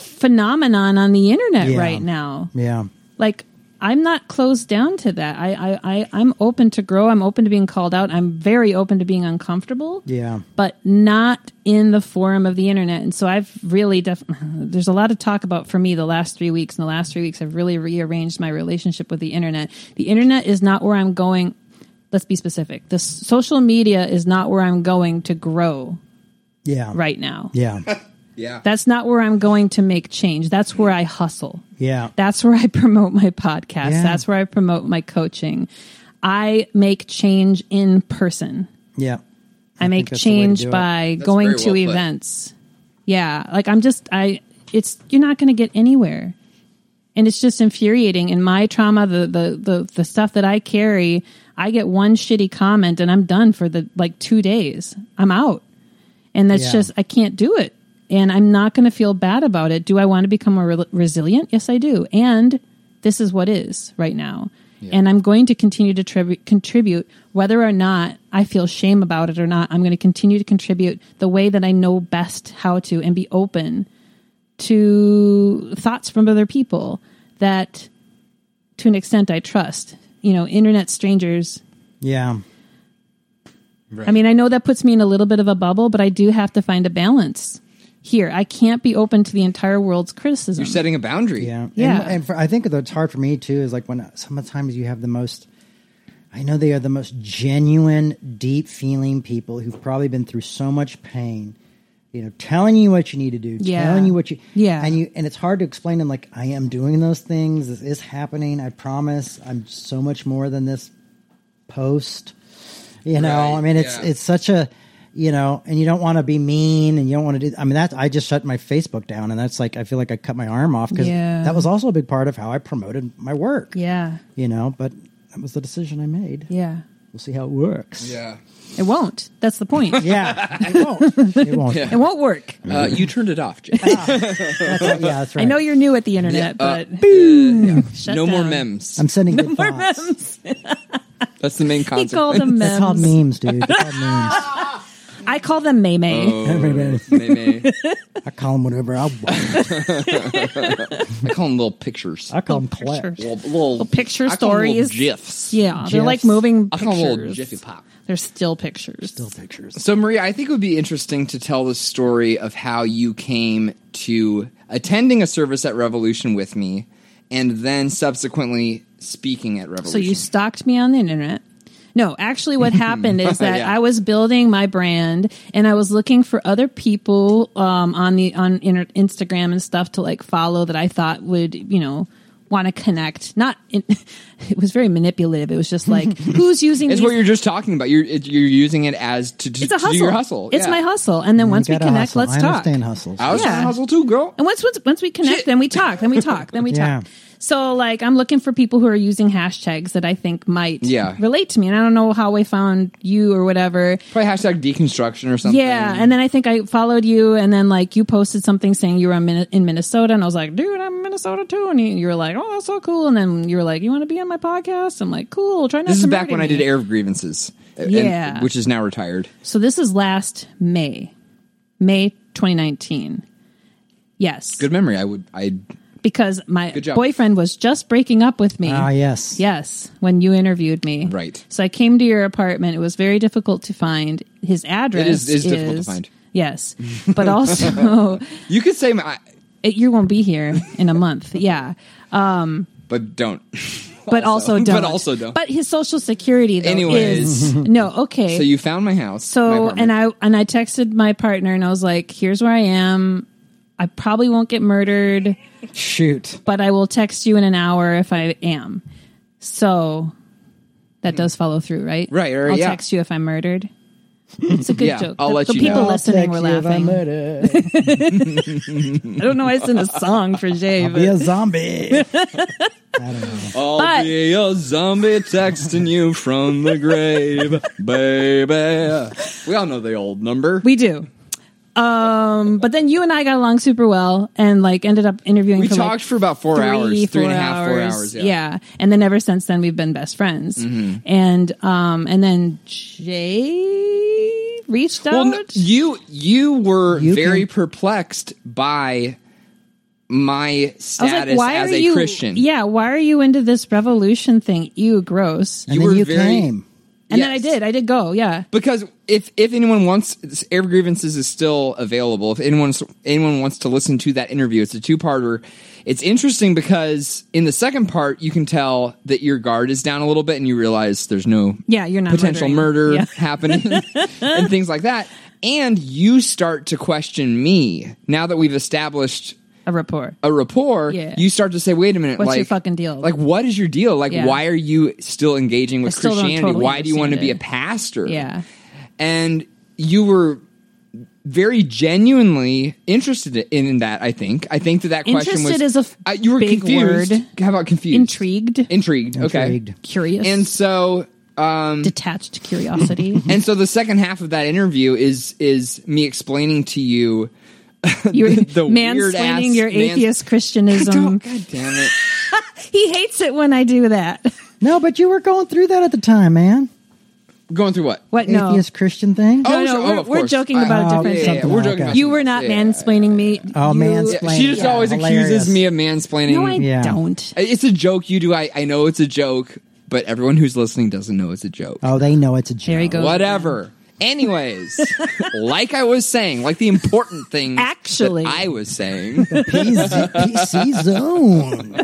[SPEAKER 4] phenomenon on the internet
[SPEAKER 3] Yeah.
[SPEAKER 4] right now.
[SPEAKER 3] Yeah.
[SPEAKER 4] Like I'm not closed down to that. I, I, I I'm open to grow. I'm open to being called out. I'm very open to being uncomfortable.
[SPEAKER 3] Yeah.
[SPEAKER 4] But not in the forum of the internet. And so I've really def- there's a lot of talk about for me the last 3 weeks. In the last 3 weeks I've really rearranged my relationship with the internet. The internet is not where I'm going. Let's be specific. The s- social media is not where I'm going to grow
[SPEAKER 3] Yeah.
[SPEAKER 4] right now.
[SPEAKER 3] Yeah.
[SPEAKER 2] Yeah.
[SPEAKER 4] That's not where I'm going to make change. That's where I hustle.
[SPEAKER 3] Yeah.
[SPEAKER 4] That's where I promote my podcast.
[SPEAKER 3] Yeah.
[SPEAKER 4] That's where I promote my coaching. I make change in person.
[SPEAKER 3] Yeah.
[SPEAKER 4] I,
[SPEAKER 3] think
[SPEAKER 4] make
[SPEAKER 3] that's the way to do
[SPEAKER 4] change
[SPEAKER 3] it.
[SPEAKER 4] by
[SPEAKER 2] That's
[SPEAKER 4] going
[SPEAKER 2] very
[SPEAKER 4] to
[SPEAKER 2] well put.
[SPEAKER 4] events. Yeah, like I'm just I it's you're not going to get anywhere. And it's just infuriating in my trauma the, the the the stuff that I carry, I get one shitty comment and I'm done for the like 2 days. I'm out. And that's
[SPEAKER 3] Yeah.
[SPEAKER 4] just I can't do it. And I'm not going to feel bad about it. Do I want to become more re- resilient? Yes, I do. And this is what is right now. And I'm going to continue to tribu- contribute, whether or not I feel shame about it or not. I'm going to continue to contribute the way that I know best how to and be open to thoughts from other people that, to an extent, I trust. You know, internet strangers
[SPEAKER 3] Yeah.
[SPEAKER 4] I mean, I know that puts me in a little bit of a bubble, but I do have to find a balance here. I can't be open to the entire world's criticism.
[SPEAKER 2] You're setting a boundary.
[SPEAKER 3] Yeah, And-
[SPEAKER 4] Yeah.
[SPEAKER 3] And, for, I think that it's hard for me too. Is like when sometimes you have the most. I know they are the most genuine, deep feeling people who've probably been through so much pain. You know, telling you what you need to do,
[SPEAKER 4] Yeah.
[SPEAKER 3] telling you what you
[SPEAKER 4] Yeah.
[SPEAKER 3] and you and it's hard to explain to them like I am doing those things. This is happening. I promise. I'm so much more than this post. You know,
[SPEAKER 2] Right,
[SPEAKER 3] I mean, it's
[SPEAKER 2] yeah.
[SPEAKER 3] it's such a you know, and you don't want to be mean, and you don't want to do. I mean, that's I just shut my Facebook down, and that's like I feel like I cut my arm off because
[SPEAKER 4] Yeah.
[SPEAKER 3] that was also a big part of how I promoted my work.
[SPEAKER 4] yeah,
[SPEAKER 3] You know, but that was the decision I made.
[SPEAKER 4] yeah.
[SPEAKER 3] We'll see how it works.
[SPEAKER 2] Yeah.
[SPEAKER 4] It won't. That's the point.
[SPEAKER 3] Yeah, it won't. It won't.
[SPEAKER 4] It won't work.
[SPEAKER 2] Uh, you turned it off, Jay.
[SPEAKER 3] That's, yeah, that's right.
[SPEAKER 4] I know you're new at the internet,
[SPEAKER 2] Yeah, uh,
[SPEAKER 4] but boom, shut
[SPEAKER 2] no more
[SPEAKER 4] down.
[SPEAKER 2] memes.
[SPEAKER 3] I'm sending good
[SPEAKER 4] More
[SPEAKER 3] thoughts.
[SPEAKER 4] memes.
[SPEAKER 2] That's the main
[SPEAKER 4] He
[SPEAKER 2] concept.
[SPEAKER 4] called them
[SPEAKER 3] They're
[SPEAKER 4] memes.
[SPEAKER 3] called memes, dude. They're called memes.
[SPEAKER 4] I call them May May.
[SPEAKER 2] Oh.
[SPEAKER 3] Everybody-
[SPEAKER 2] Meme.
[SPEAKER 3] I call them whatever I want.
[SPEAKER 2] I call them little pictures.
[SPEAKER 3] I call them
[SPEAKER 4] Picture.
[SPEAKER 3] clips.
[SPEAKER 2] Little, little,
[SPEAKER 4] picture
[SPEAKER 2] I call them little
[SPEAKER 4] stories.
[SPEAKER 2] gifs.
[SPEAKER 4] Yeah, they're like
[SPEAKER 3] GIFs.
[SPEAKER 4] moving
[SPEAKER 2] I call them little
[SPEAKER 4] pictures.
[SPEAKER 2] Jiffy Pop.
[SPEAKER 4] They're still pictures.
[SPEAKER 3] Still pictures.
[SPEAKER 2] So, Maria, I think it would be interesting to tell the story of how you came to attending a service at Revolution with me and then subsequently speaking at Revolution.
[SPEAKER 4] So you stalked me on the internet. No, actually, what happened is that
[SPEAKER 2] Yeah.
[SPEAKER 4] I was building my brand, and I was looking for other people um, on the on inter- Instagram and stuff to like follow that I thought would you know want to connect. Not in, it was very manipulative. It was just like who's using
[SPEAKER 2] It's
[SPEAKER 4] these
[SPEAKER 2] what you're just talking about. You're it, you're using it as to, to,
[SPEAKER 4] it's a
[SPEAKER 2] to
[SPEAKER 4] hustle.
[SPEAKER 2] do your hustle.
[SPEAKER 4] It's
[SPEAKER 2] Yeah.
[SPEAKER 4] my hustle, and then once we
[SPEAKER 3] gotta
[SPEAKER 4] connect,
[SPEAKER 3] hustle.
[SPEAKER 4] let's
[SPEAKER 3] I
[SPEAKER 4] talk.
[SPEAKER 3] understand hustles.
[SPEAKER 2] I was
[SPEAKER 4] Yeah.
[SPEAKER 2] trying to hustle too, girl.
[SPEAKER 4] And once once once we connect, then we talk, then we talk, then we
[SPEAKER 3] Yeah.
[SPEAKER 4] talk. So like I'm looking for people who are using hashtags that I think might
[SPEAKER 2] Yeah.
[SPEAKER 4] relate to me, and I don't know how I found you or whatever.
[SPEAKER 2] Probably hashtag deconstruction or something.
[SPEAKER 4] Yeah, and then I think I followed you, and then like you posted something saying you were in Min- in Minnesota, and I was like, dude, I'm in Minnesota too, and you you were like, oh, that's so cool, and then you were like, you want to be on my podcast? I'm like, cool. Try not.
[SPEAKER 2] this
[SPEAKER 4] to
[SPEAKER 2] is back
[SPEAKER 4] murder
[SPEAKER 2] when I
[SPEAKER 4] me."
[SPEAKER 2] did Air of Grievances, and-
[SPEAKER 4] Yeah.
[SPEAKER 2] which is now retired.
[SPEAKER 4] So this is last May, May 2019. Yes,
[SPEAKER 2] Good memory. I would. I
[SPEAKER 4] because my
[SPEAKER 2] Good job.
[SPEAKER 4] boyfriend was just breaking up with me.
[SPEAKER 3] Ah, yes.
[SPEAKER 4] Yes, when you interviewed me.
[SPEAKER 2] Right.
[SPEAKER 4] So I came to your apartment. It was very difficult to find. His address
[SPEAKER 2] is- it is difficult to find.
[SPEAKER 4] Yes, but also
[SPEAKER 2] you could say my,
[SPEAKER 4] it, you won't be here in a month. Yeah,
[SPEAKER 2] but don't.
[SPEAKER 4] but also,
[SPEAKER 2] But
[SPEAKER 4] don't.
[SPEAKER 2] also don't.
[SPEAKER 4] But his social security though
[SPEAKER 2] Anyways.
[SPEAKER 4] is no okay.
[SPEAKER 2] So you found my house. my
[SPEAKER 4] So
[SPEAKER 2] apartment.
[SPEAKER 4] and I and I texted my partner and I was like, "Here's where I am. I probably won't get murdered."
[SPEAKER 3] Shoot.
[SPEAKER 4] but I will text you in an hour if I am. So that does follow through, right?
[SPEAKER 2] Hmm. Right, right,
[SPEAKER 4] I'll
[SPEAKER 2] yeah.
[SPEAKER 4] text you if I'm murdered. It's a good
[SPEAKER 2] Yeah,
[SPEAKER 4] joke.
[SPEAKER 2] I'll
[SPEAKER 4] the,
[SPEAKER 2] let
[SPEAKER 4] the
[SPEAKER 2] you
[SPEAKER 4] people
[SPEAKER 2] know.
[SPEAKER 4] listening were
[SPEAKER 3] Text you if I'm
[SPEAKER 4] laughing. I
[SPEAKER 3] murdered.
[SPEAKER 4] don't know why it's in a song for Jay,
[SPEAKER 3] Be a
[SPEAKER 4] but
[SPEAKER 3] zombie. I don't know.
[SPEAKER 2] I'll
[SPEAKER 4] But-
[SPEAKER 2] be a zombie texting you from the grave, baby. We all know the old number.
[SPEAKER 4] we do. Um, but then you and I got along super well and like ended up interviewing.
[SPEAKER 2] We
[SPEAKER 4] for, like,
[SPEAKER 2] talked for about four hours, three and a half, four hours, yeah. Mm-hmm.
[SPEAKER 4] and then ever since then we've been best friends. And um, and then Jay reached out.
[SPEAKER 2] Well, no, you you were
[SPEAKER 3] You
[SPEAKER 2] very
[SPEAKER 3] can-
[SPEAKER 2] perplexed by my status as a
[SPEAKER 4] you?
[SPEAKER 2] Christian.
[SPEAKER 4] Yeah, why are you into this revolution thing? Ew, gross.
[SPEAKER 3] and
[SPEAKER 2] You
[SPEAKER 3] then
[SPEAKER 2] were
[SPEAKER 3] you
[SPEAKER 2] very-
[SPEAKER 3] came.
[SPEAKER 4] And then I
[SPEAKER 2] Yes.
[SPEAKER 4] did. I did go. Yeah.
[SPEAKER 2] because if if anyone wants air grievances is still available if anyone's anyone wants to listen to that interview it's a two-parter it's interesting because in the second part you can tell that your guard is down a little bit and you realize there's no
[SPEAKER 4] Yeah, you're not
[SPEAKER 2] potential
[SPEAKER 4] murdering.
[SPEAKER 2] murder
[SPEAKER 4] Yeah.
[SPEAKER 2] happening and things like that and you start to question me now that we've established
[SPEAKER 4] A report.
[SPEAKER 2] a rapport,
[SPEAKER 4] Yeah.
[SPEAKER 2] you start to say, "Wait a minute,
[SPEAKER 4] What's
[SPEAKER 2] like,
[SPEAKER 4] your fucking deal?
[SPEAKER 2] Like, what is your deal? Like,
[SPEAKER 4] Yeah.
[SPEAKER 2] why are you still engaging with
[SPEAKER 4] I still don't
[SPEAKER 2] Christianity?
[SPEAKER 4] totally
[SPEAKER 2] why do you want to be a
[SPEAKER 4] understand it.
[SPEAKER 2] pastor?
[SPEAKER 4] Yeah.
[SPEAKER 2] and you were very genuinely interested in, in that. I think. I think that that question was
[SPEAKER 4] Interested is a f-
[SPEAKER 2] I- you were
[SPEAKER 4] big
[SPEAKER 2] confused.
[SPEAKER 4] word.
[SPEAKER 2] How about confused?
[SPEAKER 4] Intrigued.
[SPEAKER 2] Intrigued. Okay.
[SPEAKER 3] Intrigued.
[SPEAKER 4] Curious.
[SPEAKER 2] And so
[SPEAKER 4] detached curiosity.
[SPEAKER 2] and so the second half of that interview is is me explaining to you
[SPEAKER 4] You're
[SPEAKER 2] the weird ass
[SPEAKER 4] mansplaining your
[SPEAKER 2] mans-
[SPEAKER 4] atheist
[SPEAKER 2] don't
[SPEAKER 4] Christianism.
[SPEAKER 2] god damn Oh, it
[SPEAKER 4] He hates it when I do that.
[SPEAKER 3] No, but you were going through that at the time, man.
[SPEAKER 2] going through what
[SPEAKER 4] What? No.
[SPEAKER 3] Atheist Christian thing.
[SPEAKER 4] No, no,
[SPEAKER 2] Oh, sure.
[SPEAKER 4] we're-
[SPEAKER 2] of
[SPEAKER 4] we're
[SPEAKER 2] course.
[SPEAKER 4] joking
[SPEAKER 2] I-
[SPEAKER 4] about
[SPEAKER 3] a different
[SPEAKER 2] yeah, yeah, yeah.
[SPEAKER 3] thing.
[SPEAKER 2] We're joking.
[SPEAKER 3] Okay.
[SPEAKER 2] About
[SPEAKER 4] You were not
[SPEAKER 2] yeah.
[SPEAKER 4] mansplaining me.
[SPEAKER 3] Oh,
[SPEAKER 4] You-
[SPEAKER 3] mansplaining.
[SPEAKER 2] She just
[SPEAKER 3] Yeah,
[SPEAKER 2] always
[SPEAKER 3] hilarious.
[SPEAKER 2] accuses me of mansplaining.
[SPEAKER 4] No, I
[SPEAKER 3] Yeah.
[SPEAKER 4] don't.
[SPEAKER 2] it's a joke you do. I, I know it's a joke, but everyone who's listening doesn't know it's a joke.
[SPEAKER 3] Oh, they know it's a joke.
[SPEAKER 4] There you go.
[SPEAKER 2] Whatever. Anyways, like I was saying, like the important thing
[SPEAKER 4] Actually.
[SPEAKER 2] that I was saying.
[SPEAKER 3] PZ, PC zone.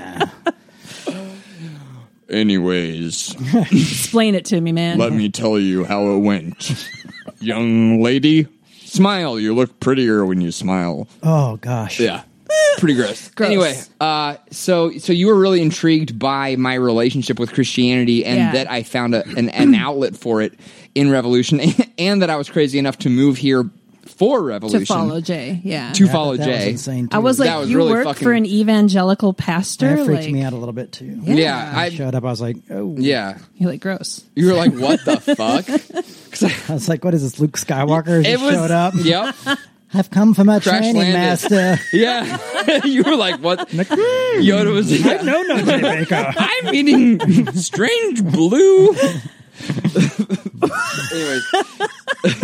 [SPEAKER 2] Anyways,
[SPEAKER 4] Explain it to me, man.
[SPEAKER 2] me tell you how it went. Young lady, smile. You look prettier when you smile.
[SPEAKER 3] Oh gosh.
[SPEAKER 2] Yeah. Pretty gross.
[SPEAKER 4] Gross.
[SPEAKER 2] Anyway, uh, so so you were really intrigued by my relationship with Christianity and
[SPEAKER 4] Yeah.
[SPEAKER 2] that I found a, an, an outlet for it in Revolution, and that I was crazy enough to move here for Revolution
[SPEAKER 4] to follow Jay. Yeah.
[SPEAKER 2] to
[SPEAKER 3] Yeah,
[SPEAKER 2] follow
[SPEAKER 3] that
[SPEAKER 2] Jay.
[SPEAKER 3] Was insane
[SPEAKER 4] I was
[SPEAKER 3] too.
[SPEAKER 4] like,
[SPEAKER 2] was
[SPEAKER 4] you
[SPEAKER 2] really
[SPEAKER 4] work
[SPEAKER 2] fucking-
[SPEAKER 4] for an evangelical pastor.
[SPEAKER 3] that freaked
[SPEAKER 4] like,
[SPEAKER 3] me out a little bit too.
[SPEAKER 4] Yeah.
[SPEAKER 2] Yeah,
[SPEAKER 3] I
[SPEAKER 2] I,
[SPEAKER 3] showed up. I was like, oh,
[SPEAKER 2] yeah.
[SPEAKER 4] You're like gross.
[SPEAKER 2] You were like, "What the fuck?"
[SPEAKER 3] I was like, what is this, Luke Skywalker? He
[SPEAKER 2] It was
[SPEAKER 3] showed up.
[SPEAKER 2] Yep.
[SPEAKER 3] I've come from a
[SPEAKER 2] Crash
[SPEAKER 3] training
[SPEAKER 2] landed.
[SPEAKER 3] master.
[SPEAKER 2] Yeah. you were like, "What?" Yoda was. Yeah.
[SPEAKER 3] no, no, Jay Baker.
[SPEAKER 2] I'm eating strange blue. Anyways,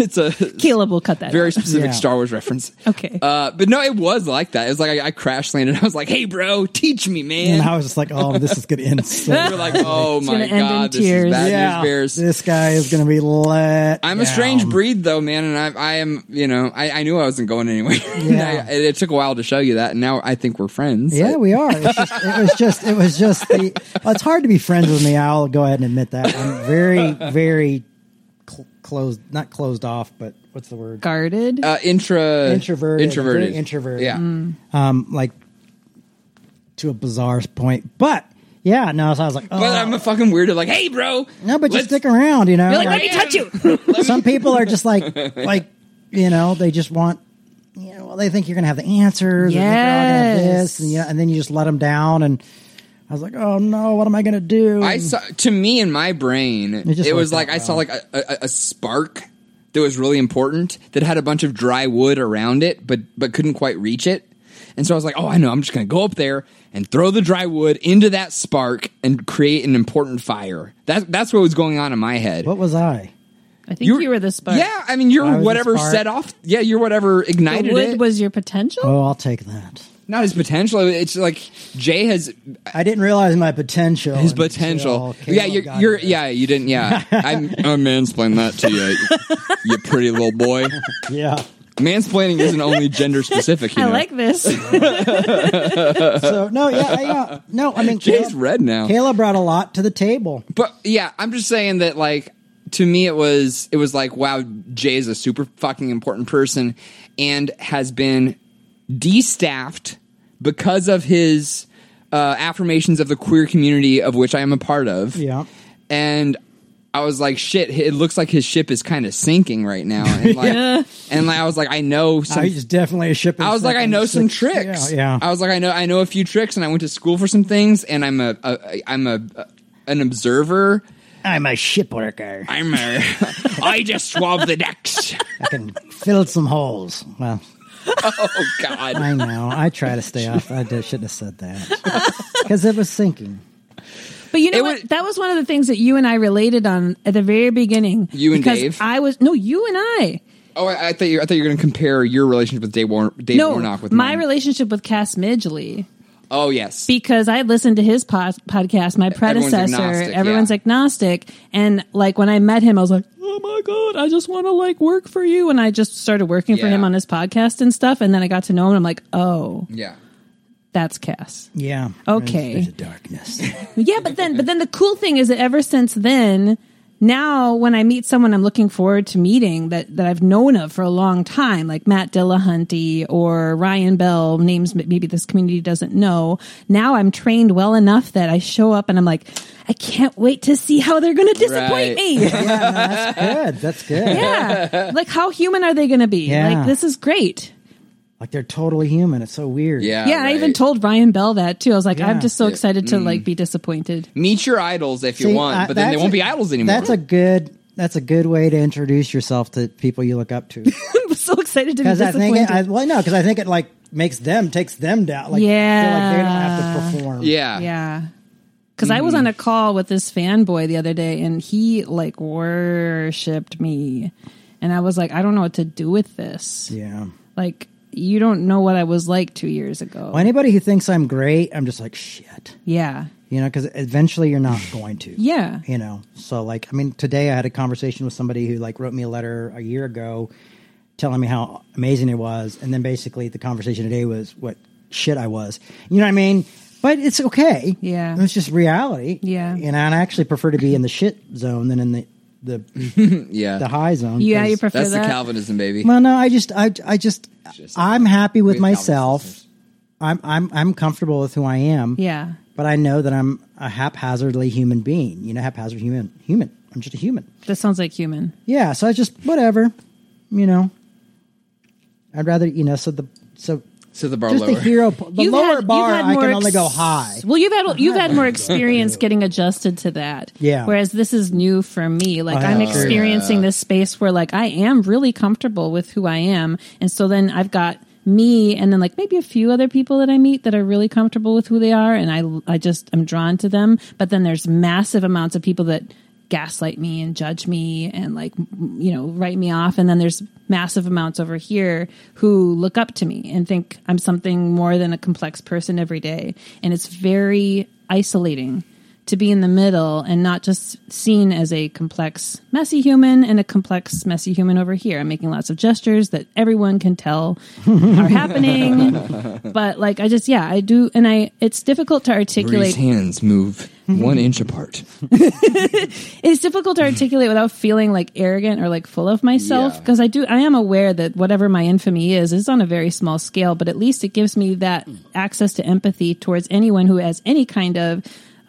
[SPEAKER 2] it's a
[SPEAKER 4] Caleb will cut that.
[SPEAKER 2] very
[SPEAKER 4] out.
[SPEAKER 2] specific
[SPEAKER 3] Yeah.
[SPEAKER 2] Star Wars reference.
[SPEAKER 4] Okay.
[SPEAKER 2] Uh, but no, it was like that. It was like I, I crash landed. I was like, "Hey, bro, teach me, man."
[SPEAKER 3] And I was just like, oh, this is going to end so
[SPEAKER 2] You're like, "Oh
[SPEAKER 4] gonna
[SPEAKER 2] my
[SPEAKER 4] end in
[SPEAKER 2] god, this
[SPEAKER 4] tears.
[SPEAKER 2] is bad
[SPEAKER 3] yeah,
[SPEAKER 2] news bears."
[SPEAKER 3] This guy is going to be let.
[SPEAKER 2] I'm a strange
[SPEAKER 3] um,
[SPEAKER 2] breed, though, man, and I, I am. You know, I, I knew I wasn't going anywhere. And
[SPEAKER 3] Yeah.
[SPEAKER 2] I- it, it took a while to show you that, and now I think we're friends.
[SPEAKER 3] Yeah, we are. It's just, it was just, it was just the. well, it's hard to be friends with me. I'll go ahead and admit that. I'm very, very cl- closed, not closed off, but what's the word?
[SPEAKER 4] Guarded.
[SPEAKER 2] uh, intra
[SPEAKER 3] Introverted.
[SPEAKER 2] introverted,
[SPEAKER 3] Very introverted.
[SPEAKER 2] Yeah,
[SPEAKER 3] Um, like to a bizarre point, but yeah, no. So I was like, oh,
[SPEAKER 2] but I'm a fucking weirdo. Like, hey, bro,
[SPEAKER 3] no, but just
[SPEAKER 2] let's-
[SPEAKER 3] stick around, you know.
[SPEAKER 4] You're like,
[SPEAKER 3] like-
[SPEAKER 4] let me touch you.
[SPEAKER 3] some people are just like like you know they just want you know well they think you're gonna have the answers and they're all gonna have this
[SPEAKER 4] Yes.
[SPEAKER 3] and, you know, and then you just let them down and i was like oh no what am i gonna do
[SPEAKER 2] I saw to me in my brain, it,
[SPEAKER 3] just
[SPEAKER 2] was
[SPEAKER 3] worked
[SPEAKER 2] like
[SPEAKER 3] out
[SPEAKER 2] I saw like a, a, a spark that was really important that had a bunch of dry wood around it, but but couldn't quite reach it. And so I was like, oh, I know, I'm just going to go up there and throw the dry wood into that spark and create an important fire. That's that's what was going on in my head.
[SPEAKER 3] what was i
[SPEAKER 4] I think you were the spark.
[SPEAKER 2] Yeah, I mean, you're
[SPEAKER 3] I was the
[SPEAKER 2] whatever
[SPEAKER 3] spark.
[SPEAKER 2] set off. Yeah, you're whatever
[SPEAKER 4] The
[SPEAKER 2] ignited
[SPEAKER 4] wood
[SPEAKER 2] it.
[SPEAKER 4] was your potential.
[SPEAKER 3] oh i'll take that
[SPEAKER 2] Not his potential. It's like Jay has
[SPEAKER 3] i didn't realize my potential
[SPEAKER 2] his
[SPEAKER 3] until
[SPEAKER 2] potential.
[SPEAKER 3] Caleb
[SPEAKER 2] Yeah, you're,
[SPEAKER 3] got
[SPEAKER 2] you're
[SPEAKER 3] there.
[SPEAKER 2] yeah, you didn't. Yeah, I'm, I'm mansplaining that to you, you pretty little boy.
[SPEAKER 3] yeah
[SPEAKER 2] Mansplaining isn't only gender specific. You
[SPEAKER 4] I
[SPEAKER 2] know?
[SPEAKER 4] like this.
[SPEAKER 3] so no yeah I, uh, no i mean
[SPEAKER 2] Jay's
[SPEAKER 3] caleb,
[SPEAKER 2] red now.
[SPEAKER 3] caleb brought a lot to the table
[SPEAKER 2] But yeah, I'm just saying that like to me it was it was like wow, Jay is a super fucking important person and has been destaffed because of his uh, affirmations of the queer community of which I am a part of.
[SPEAKER 3] Yeah.
[SPEAKER 2] And I was like, shit, it looks like his ship is kind of sinking right now. And like, and like, I was like, I know some
[SPEAKER 3] i was definitely a ship in
[SPEAKER 2] I was like, I know some
[SPEAKER 3] second-
[SPEAKER 2] tricks.
[SPEAKER 3] yeah,
[SPEAKER 2] I
[SPEAKER 3] yeah.
[SPEAKER 2] was like, I know, I know a few tricks, and I went to school for some things, and I'm a, a I'm a, an observer.
[SPEAKER 3] i'm a ship worker
[SPEAKER 2] I'm a, I just swab the decks.
[SPEAKER 3] I can fill some holes. Well,
[SPEAKER 2] Oh God.
[SPEAKER 3] I know. I try to stay off. I did- shouldn't have said that because it was sinking.
[SPEAKER 4] But you know
[SPEAKER 2] It
[SPEAKER 4] what?
[SPEAKER 2] was-
[SPEAKER 4] that was one of the things that you and I related on at the very beginning.
[SPEAKER 2] You and
[SPEAKER 4] because
[SPEAKER 2] Dave?
[SPEAKER 4] I was no, you and I.
[SPEAKER 2] Oh, I, I thought you. I thought you were going to compare your relationship with Dave, War- Dave
[SPEAKER 4] No,
[SPEAKER 2] Warnock with
[SPEAKER 4] my
[SPEAKER 2] mine.
[SPEAKER 4] relationship with Cass Midgley
[SPEAKER 2] Oh yes.
[SPEAKER 4] because I listened to his pod- podcast, my
[SPEAKER 2] Everyone's
[SPEAKER 4] predecessor. Everyone's,
[SPEAKER 2] agnostic,
[SPEAKER 4] agnostic,
[SPEAKER 2] yeah.
[SPEAKER 4] and like when I met him, I was like, "Oh my god, I just want to like work for you." And I just started working for
[SPEAKER 2] Yeah.
[SPEAKER 4] him on his podcast and stuff. And then I got to know him. and I'm like, "Oh,
[SPEAKER 2] yeah.
[SPEAKER 4] that's Cass."
[SPEAKER 3] Yeah.
[SPEAKER 4] Okay.
[SPEAKER 3] There's, there's a darkness.
[SPEAKER 4] Yeah, but then but then the cool thing is that ever since then, now when I meet someone I'm looking forward to meeting that that I've known of for a long time, like Matt Dillahunty or Ryan Bell, names that maybe this community doesn't know. Now I'm trained well enough that I show up and I'm like, I can't wait to see how they're going to disappoint
[SPEAKER 2] Right.
[SPEAKER 4] me.
[SPEAKER 3] yeah, no, that's good. That's good.
[SPEAKER 4] yeah, like how human are they going to be?
[SPEAKER 3] Yeah.
[SPEAKER 4] Like this is great.
[SPEAKER 3] Like they're totally human. It's so weird.
[SPEAKER 2] Yeah.
[SPEAKER 4] Yeah, I even
[SPEAKER 2] right. Mm.
[SPEAKER 4] told Ryan Bell that too. I was like,
[SPEAKER 3] Yeah.
[SPEAKER 4] I'm just so excited to like be disappointed.
[SPEAKER 2] meet your idols if you
[SPEAKER 3] See,
[SPEAKER 2] want,
[SPEAKER 3] I-
[SPEAKER 2] but then they
[SPEAKER 3] that's
[SPEAKER 2] won't
[SPEAKER 3] a-
[SPEAKER 2] be idols anymore.
[SPEAKER 3] That's a good. That's a good way to introduce yourself to people you look up to.
[SPEAKER 4] I'm so excited to be
[SPEAKER 3] Because I
[SPEAKER 4] disappointed.
[SPEAKER 3] think it, I, well, no, because I think it like makes them takes them down. Like,
[SPEAKER 4] Yeah.
[SPEAKER 3] feel like they don't have to perform.
[SPEAKER 2] yeah.
[SPEAKER 4] Yeah. Because I was
[SPEAKER 3] Mm.
[SPEAKER 4] on a call with this fanboy the other day and he like worshiped me. And I was like, I don't know what to do with this.
[SPEAKER 3] yeah.
[SPEAKER 4] Like, you don't know what I was like two years ago.
[SPEAKER 3] Well, anybody who thinks I'm great, I'm just like shit.
[SPEAKER 4] Yeah.
[SPEAKER 3] You know, because eventually you're not going to.
[SPEAKER 4] Yeah.
[SPEAKER 3] You know, so like, I mean, today I had a conversation with somebody who like wrote me a letter a year ago, telling me how amazing it was, and then basically the conversation today was what shit I was. You know what I mean? But it's okay.
[SPEAKER 4] Yeah.
[SPEAKER 3] it's just reality.
[SPEAKER 4] Yeah.
[SPEAKER 3] and I actually prefer to be in the shit zone than in the the
[SPEAKER 2] Yeah.
[SPEAKER 3] the high zone.
[SPEAKER 4] Yeah,
[SPEAKER 3] 'cause-
[SPEAKER 4] you prefer
[SPEAKER 2] That's the
[SPEAKER 4] that?
[SPEAKER 2] Calvinism, baby.
[SPEAKER 3] Well, no, I just, I, I just,
[SPEAKER 2] just-
[SPEAKER 3] I'm happy with
[SPEAKER 2] We have
[SPEAKER 3] myself.
[SPEAKER 2] conversations.
[SPEAKER 3] I'm, I'm, I'm comfortable with who I am.
[SPEAKER 4] Yeah.
[SPEAKER 3] But I know that I'm a haphazardly human being. You know, haphazard human, human. I'm just a human.
[SPEAKER 4] That sounds like human.
[SPEAKER 3] Yeah. So I just whatever, you know. I'd rather, you know, so the so
[SPEAKER 2] So the bar
[SPEAKER 3] just the
[SPEAKER 2] lower.
[SPEAKER 3] hero, po- the
[SPEAKER 4] You've
[SPEAKER 3] lower
[SPEAKER 4] had- you've
[SPEAKER 3] bar.
[SPEAKER 4] had
[SPEAKER 3] I
[SPEAKER 4] more
[SPEAKER 3] can only go
[SPEAKER 4] ex-
[SPEAKER 3] high.
[SPEAKER 4] Well, you've had you've had more experience getting adjusted to that.
[SPEAKER 3] Yeah.
[SPEAKER 4] Whereas this is new for me. Like
[SPEAKER 3] Oh,
[SPEAKER 4] I'm
[SPEAKER 3] yeah, sure.
[SPEAKER 4] experiencing this space where like I am really comfortable with who I am, and so then I've got me and then like maybe a few other people that I meet that are really comfortable with who they are, and I I just am drawn to them. But then there's massive amounts of people that gaslight me and judge me and like m- you know write me off and then there's massive amounts over here who look up to me and think I'm something more than a complex person every day and it's very isolating to be in the middle and not just seen as a complex messy human and a complex messy human over here I'm making lots of gestures that everyone can tell are happening but like I just yeah I do and I it's difficult to
[SPEAKER 2] Bree's
[SPEAKER 4] articulate
[SPEAKER 2] hands move
[SPEAKER 3] Mm-hmm.
[SPEAKER 2] one inch apart.
[SPEAKER 4] it's difficult to articulate without feeling like arrogant or like full of myself
[SPEAKER 2] Yeah.
[SPEAKER 4] because I do I am aware that whatever my infamy is is on a very small scale, but at least it gives me that access to empathy towards anyone who has any kind of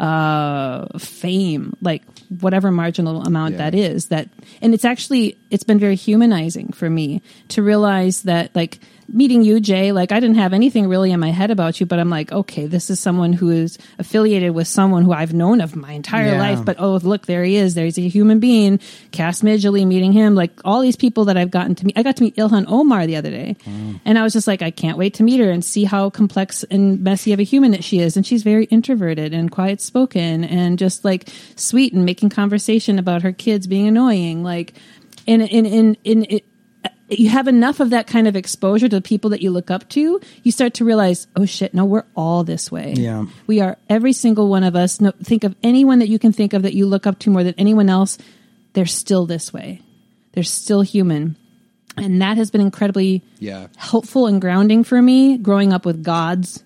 [SPEAKER 4] uh fame like whatever marginal amount
[SPEAKER 2] Yeah.
[SPEAKER 4] that is that and it's actually it's been very humanizing for me to realize that like meeting you jay like i didn't have anything really in my head about you but i'm like okay this is someone who is affiliated with someone who i've known of my entire entire
[SPEAKER 3] Yeah.
[SPEAKER 4] life, but oh, look, there he is. There's a human being. Cass Midgley meeting him. Like all these people that I've gotten to meet. I got to meet Ilhan Omar the other day. And I was just like, I can't wait to meet her and see how complex and messy of a human that she is. And she's very introverted and quiet spoken and just like sweet and making conversation about her kids being annoying. Like, in, in, in, in, it, you have enough of that kind of exposure to the people that you look up to, you start to realize, oh shit, no, we're all this way.
[SPEAKER 3] Yeah.
[SPEAKER 4] We are every single one of us. No, think of anyone that you can think of that you look up to more than anyone else. They're still this way. They're still human. And that has been incredibly
[SPEAKER 2] Yeah.
[SPEAKER 4] helpful and grounding for me growing up with gods,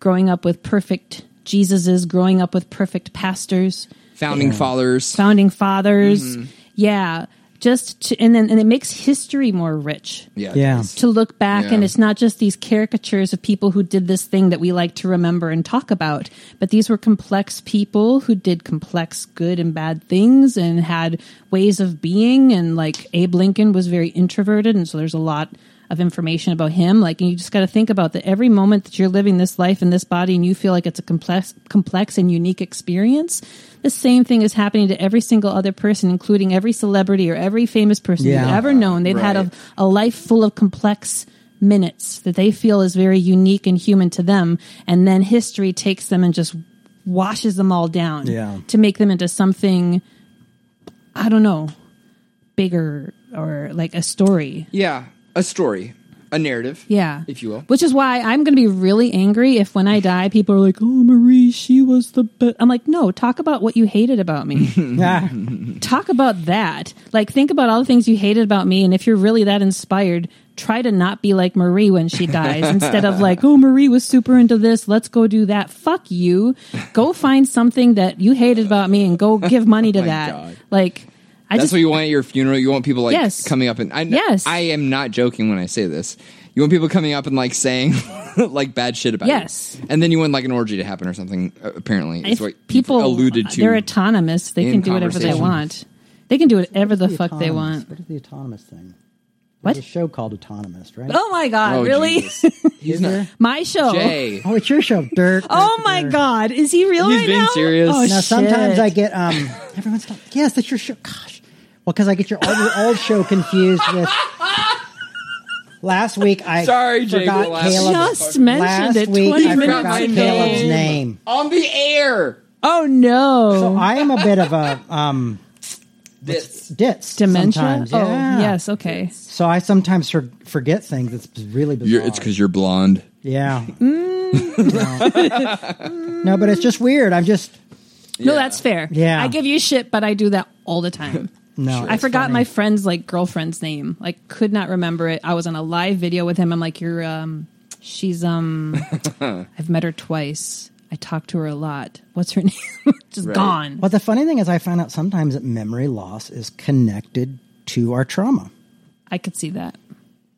[SPEAKER 4] growing up with perfect Jesuses, growing up with perfect pastors
[SPEAKER 2] Founding fathers.
[SPEAKER 4] founding fathers. Yeah, just to, and then and it makes history more rich
[SPEAKER 2] yeah.
[SPEAKER 3] Yeah.
[SPEAKER 2] it's-
[SPEAKER 4] to look back
[SPEAKER 2] Yeah.
[SPEAKER 4] and it's not just these caricatures of people who did this thing that we like to remember and talk about but these were complex people who did complex good and bad things and had ways of being and like abe lincoln was very introverted and so there's a lot of information about him. Like, and you just got to think about that every moment that you're living this life in this body and you feel like it's a complex, complex and unique experience. The same thing is happening to every single other person, including every celebrity or every famous person you've
[SPEAKER 3] Yeah.
[SPEAKER 4] ever known. They've had a,
[SPEAKER 2] Right.
[SPEAKER 4] a life full of complex minutes that they feel is very unique and human to them. And then history takes them and just washes them all down
[SPEAKER 3] Yeah.
[SPEAKER 4] to make them into something, I don't know, bigger or like a story.
[SPEAKER 2] Yeah, a story, a narrative.
[SPEAKER 4] Yeah.
[SPEAKER 2] if you will.
[SPEAKER 4] Which is why I'm going to be really angry if when I die, people are like, oh, Marie, she was the best. I'm like, no, talk about what you hated about me.
[SPEAKER 3] Ah,
[SPEAKER 4] talk about that. Like, think about all the things you hated about me. And if you're really that inspired, try to not be like Marie when she dies instead of like, oh, Marie was super into this. Let's go do that. Fuck you. Go find something that you hated about me and go give money to
[SPEAKER 2] Oh my
[SPEAKER 4] that.
[SPEAKER 2] God.
[SPEAKER 4] Like, I
[SPEAKER 2] That's
[SPEAKER 4] just,
[SPEAKER 2] what you want at your funeral. You want people like
[SPEAKER 4] Yes.
[SPEAKER 2] coming up and I
[SPEAKER 4] Yes.
[SPEAKER 2] I am not joking when I say this. You want people coming up and like saying like bad shit about you.
[SPEAKER 4] Yes.
[SPEAKER 2] and then you want like an orgy to happen or something. uh, Apparently, is
[SPEAKER 4] if
[SPEAKER 2] what you've
[SPEAKER 4] people
[SPEAKER 2] alluded to.
[SPEAKER 4] they're autonomous they
[SPEAKER 2] in
[SPEAKER 4] can do whatever they
[SPEAKER 2] conversation.
[SPEAKER 4] want they can do whatever the
[SPEAKER 3] the
[SPEAKER 4] fuck they
[SPEAKER 3] autonomous-
[SPEAKER 4] want
[SPEAKER 3] What is the autonomous thing?
[SPEAKER 4] What?
[SPEAKER 3] There's a show called Autonomous, right?
[SPEAKER 4] oh my god
[SPEAKER 2] Oh,
[SPEAKER 4] really
[SPEAKER 2] Jesus. He's not.
[SPEAKER 3] there?
[SPEAKER 4] my show
[SPEAKER 2] Jay.
[SPEAKER 3] Oh, it's your show, Dirt.
[SPEAKER 4] oh
[SPEAKER 3] Dirt,
[SPEAKER 4] my
[SPEAKER 3] Dirt.
[SPEAKER 4] god is he real
[SPEAKER 2] He's
[SPEAKER 4] right
[SPEAKER 2] being
[SPEAKER 4] now
[SPEAKER 2] serious.
[SPEAKER 4] oh,
[SPEAKER 3] Now
[SPEAKER 4] shit.
[SPEAKER 3] sometimes I get um. Everyone's like, yes, that's your show. Gosh, well, because I get your old, your old show confused with. Last week I
[SPEAKER 2] Sorry, Jake,
[SPEAKER 3] forgot
[SPEAKER 2] the last-
[SPEAKER 3] Caleb.
[SPEAKER 4] just mentioned
[SPEAKER 3] last
[SPEAKER 4] it
[SPEAKER 3] week
[SPEAKER 4] 20
[SPEAKER 3] I
[SPEAKER 4] minutes
[SPEAKER 3] forgot
[SPEAKER 4] ago
[SPEAKER 2] my
[SPEAKER 3] Caleb's name.
[SPEAKER 2] on the air.
[SPEAKER 4] oh no
[SPEAKER 3] So I am a bit of a um
[SPEAKER 2] This
[SPEAKER 3] ditz
[SPEAKER 4] dementia
[SPEAKER 3] sometimes.
[SPEAKER 4] oh
[SPEAKER 3] Yeah.
[SPEAKER 4] yes okay
[SPEAKER 3] So I sometimes for, forget things. It's really bizarre.
[SPEAKER 2] you're, it's because you're blonde.
[SPEAKER 3] yeah.
[SPEAKER 4] Mm.
[SPEAKER 3] no. No, but it's just weird. I'm just
[SPEAKER 4] no
[SPEAKER 2] Yeah.
[SPEAKER 4] that's fair
[SPEAKER 3] Yeah.
[SPEAKER 4] i give you shit but i do that all the time
[SPEAKER 3] no.
[SPEAKER 4] I forgot my friend's like girlfriend's name. Like could not remember it. I was on a live video with him. I'm like, you're um she's um I've met her twice. I talked to her a lot. What's her name? Just
[SPEAKER 2] Right.
[SPEAKER 4] gone.
[SPEAKER 3] Well, the funny thing is, I found out sometimes that memory loss is connected to our trauma.
[SPEAKER 4] I could see that.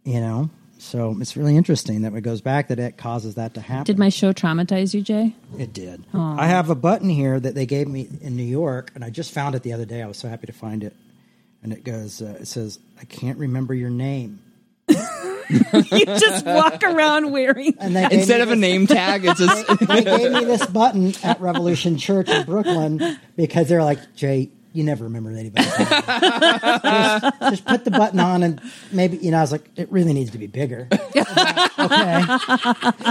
[SPEAKER 3] You know, so it's really interesting that it goes back that it causes that to happen.
[SPEAKER 4] Did my show traumatize you, Jay?
[SPEAKER 3] It did. I have a button here that they gave me in New York, and I just found it the other day. I was so happy to find it. And it goes, uh, it says, I can't remember your name.
[SPEAKER 4] you just walk around wearing
[SPEAKER 3] And they gave
[SPEAKER 2] Instead
[SPEAKER 3] me
[SPEAKER 2] of a
[SPEAKER 3] this-
[SPEAKER 2] name tag, it's just
[SPEAKER 3] they gave me this button at Revolution Church in Brooklyn because they're like, Jay, you never remember anybody. just, just put the button on, and maybe, you know, I was like, it really needs to be bigger. okay.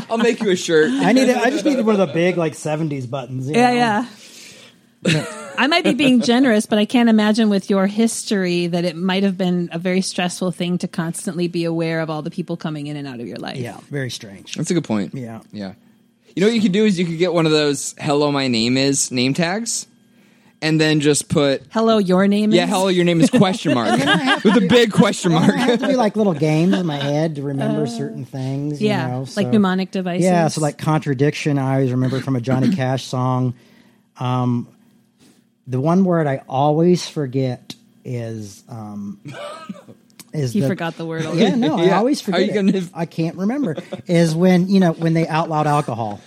[SPEAKER 2] I'll make you a shirt.
[SPEAKER 3] I needed, I just needed one of the big, like, 70s buttons. you
[SPEAKER 4] Yeah,
[SPEAKER 3] know?
[SPEAKER 4] yeah. Um, I might be being generous, but I can't imagine with your history that it might have been a very stressful thing to constantly be aware of all the people coming in and out of your life.
[SPEAKER 3] Yeah. Very strange.
[SPEAKER 2] That's a good point.
[SPEAKER 3] Yeah.
[SPEAKER 2] Yeah. You know what you could do is you could get one of those "Hello, my name is" name tags, and then just put
[SPEAKER 4] Hello, your name
[SPEAKER 2] "Yeah,
[SPEAKER 4] is
[SPEAKER 2] hello, your name is" question mark with a big question
[SPEAKER 3] I
[SPEAKER 2] mark.
[SPEAKER 3] have to do like little games in my head to remember certain things. you
[SPEAKER 4] Uh, yeah,
[SPEAKER 3] know,
[SPEAKER 4] like
[SPEAKER 3] so-
[SPEAKER 4] mnemonic devices.
[SPEAKER 3] Yeah, so like contradiction, I always remember from a Johnny Cash song. Um, the one word I always forget is um, is
[SPEAKER 4] you
[SPEAKER 3] the,
[SPEAKER 4] forgot the word. already.
[SPEAKER 3] Yeah, no, I
[SPEAKER 2] Yeah.
[SPEAKER 3] always
[SPEAKER 2] Are you
[SPEAKER 3] forget. it.
[SPEAKER 2] gonna-
[SPEAKER 3] I can't remember. Is when you know when they out loud alcohol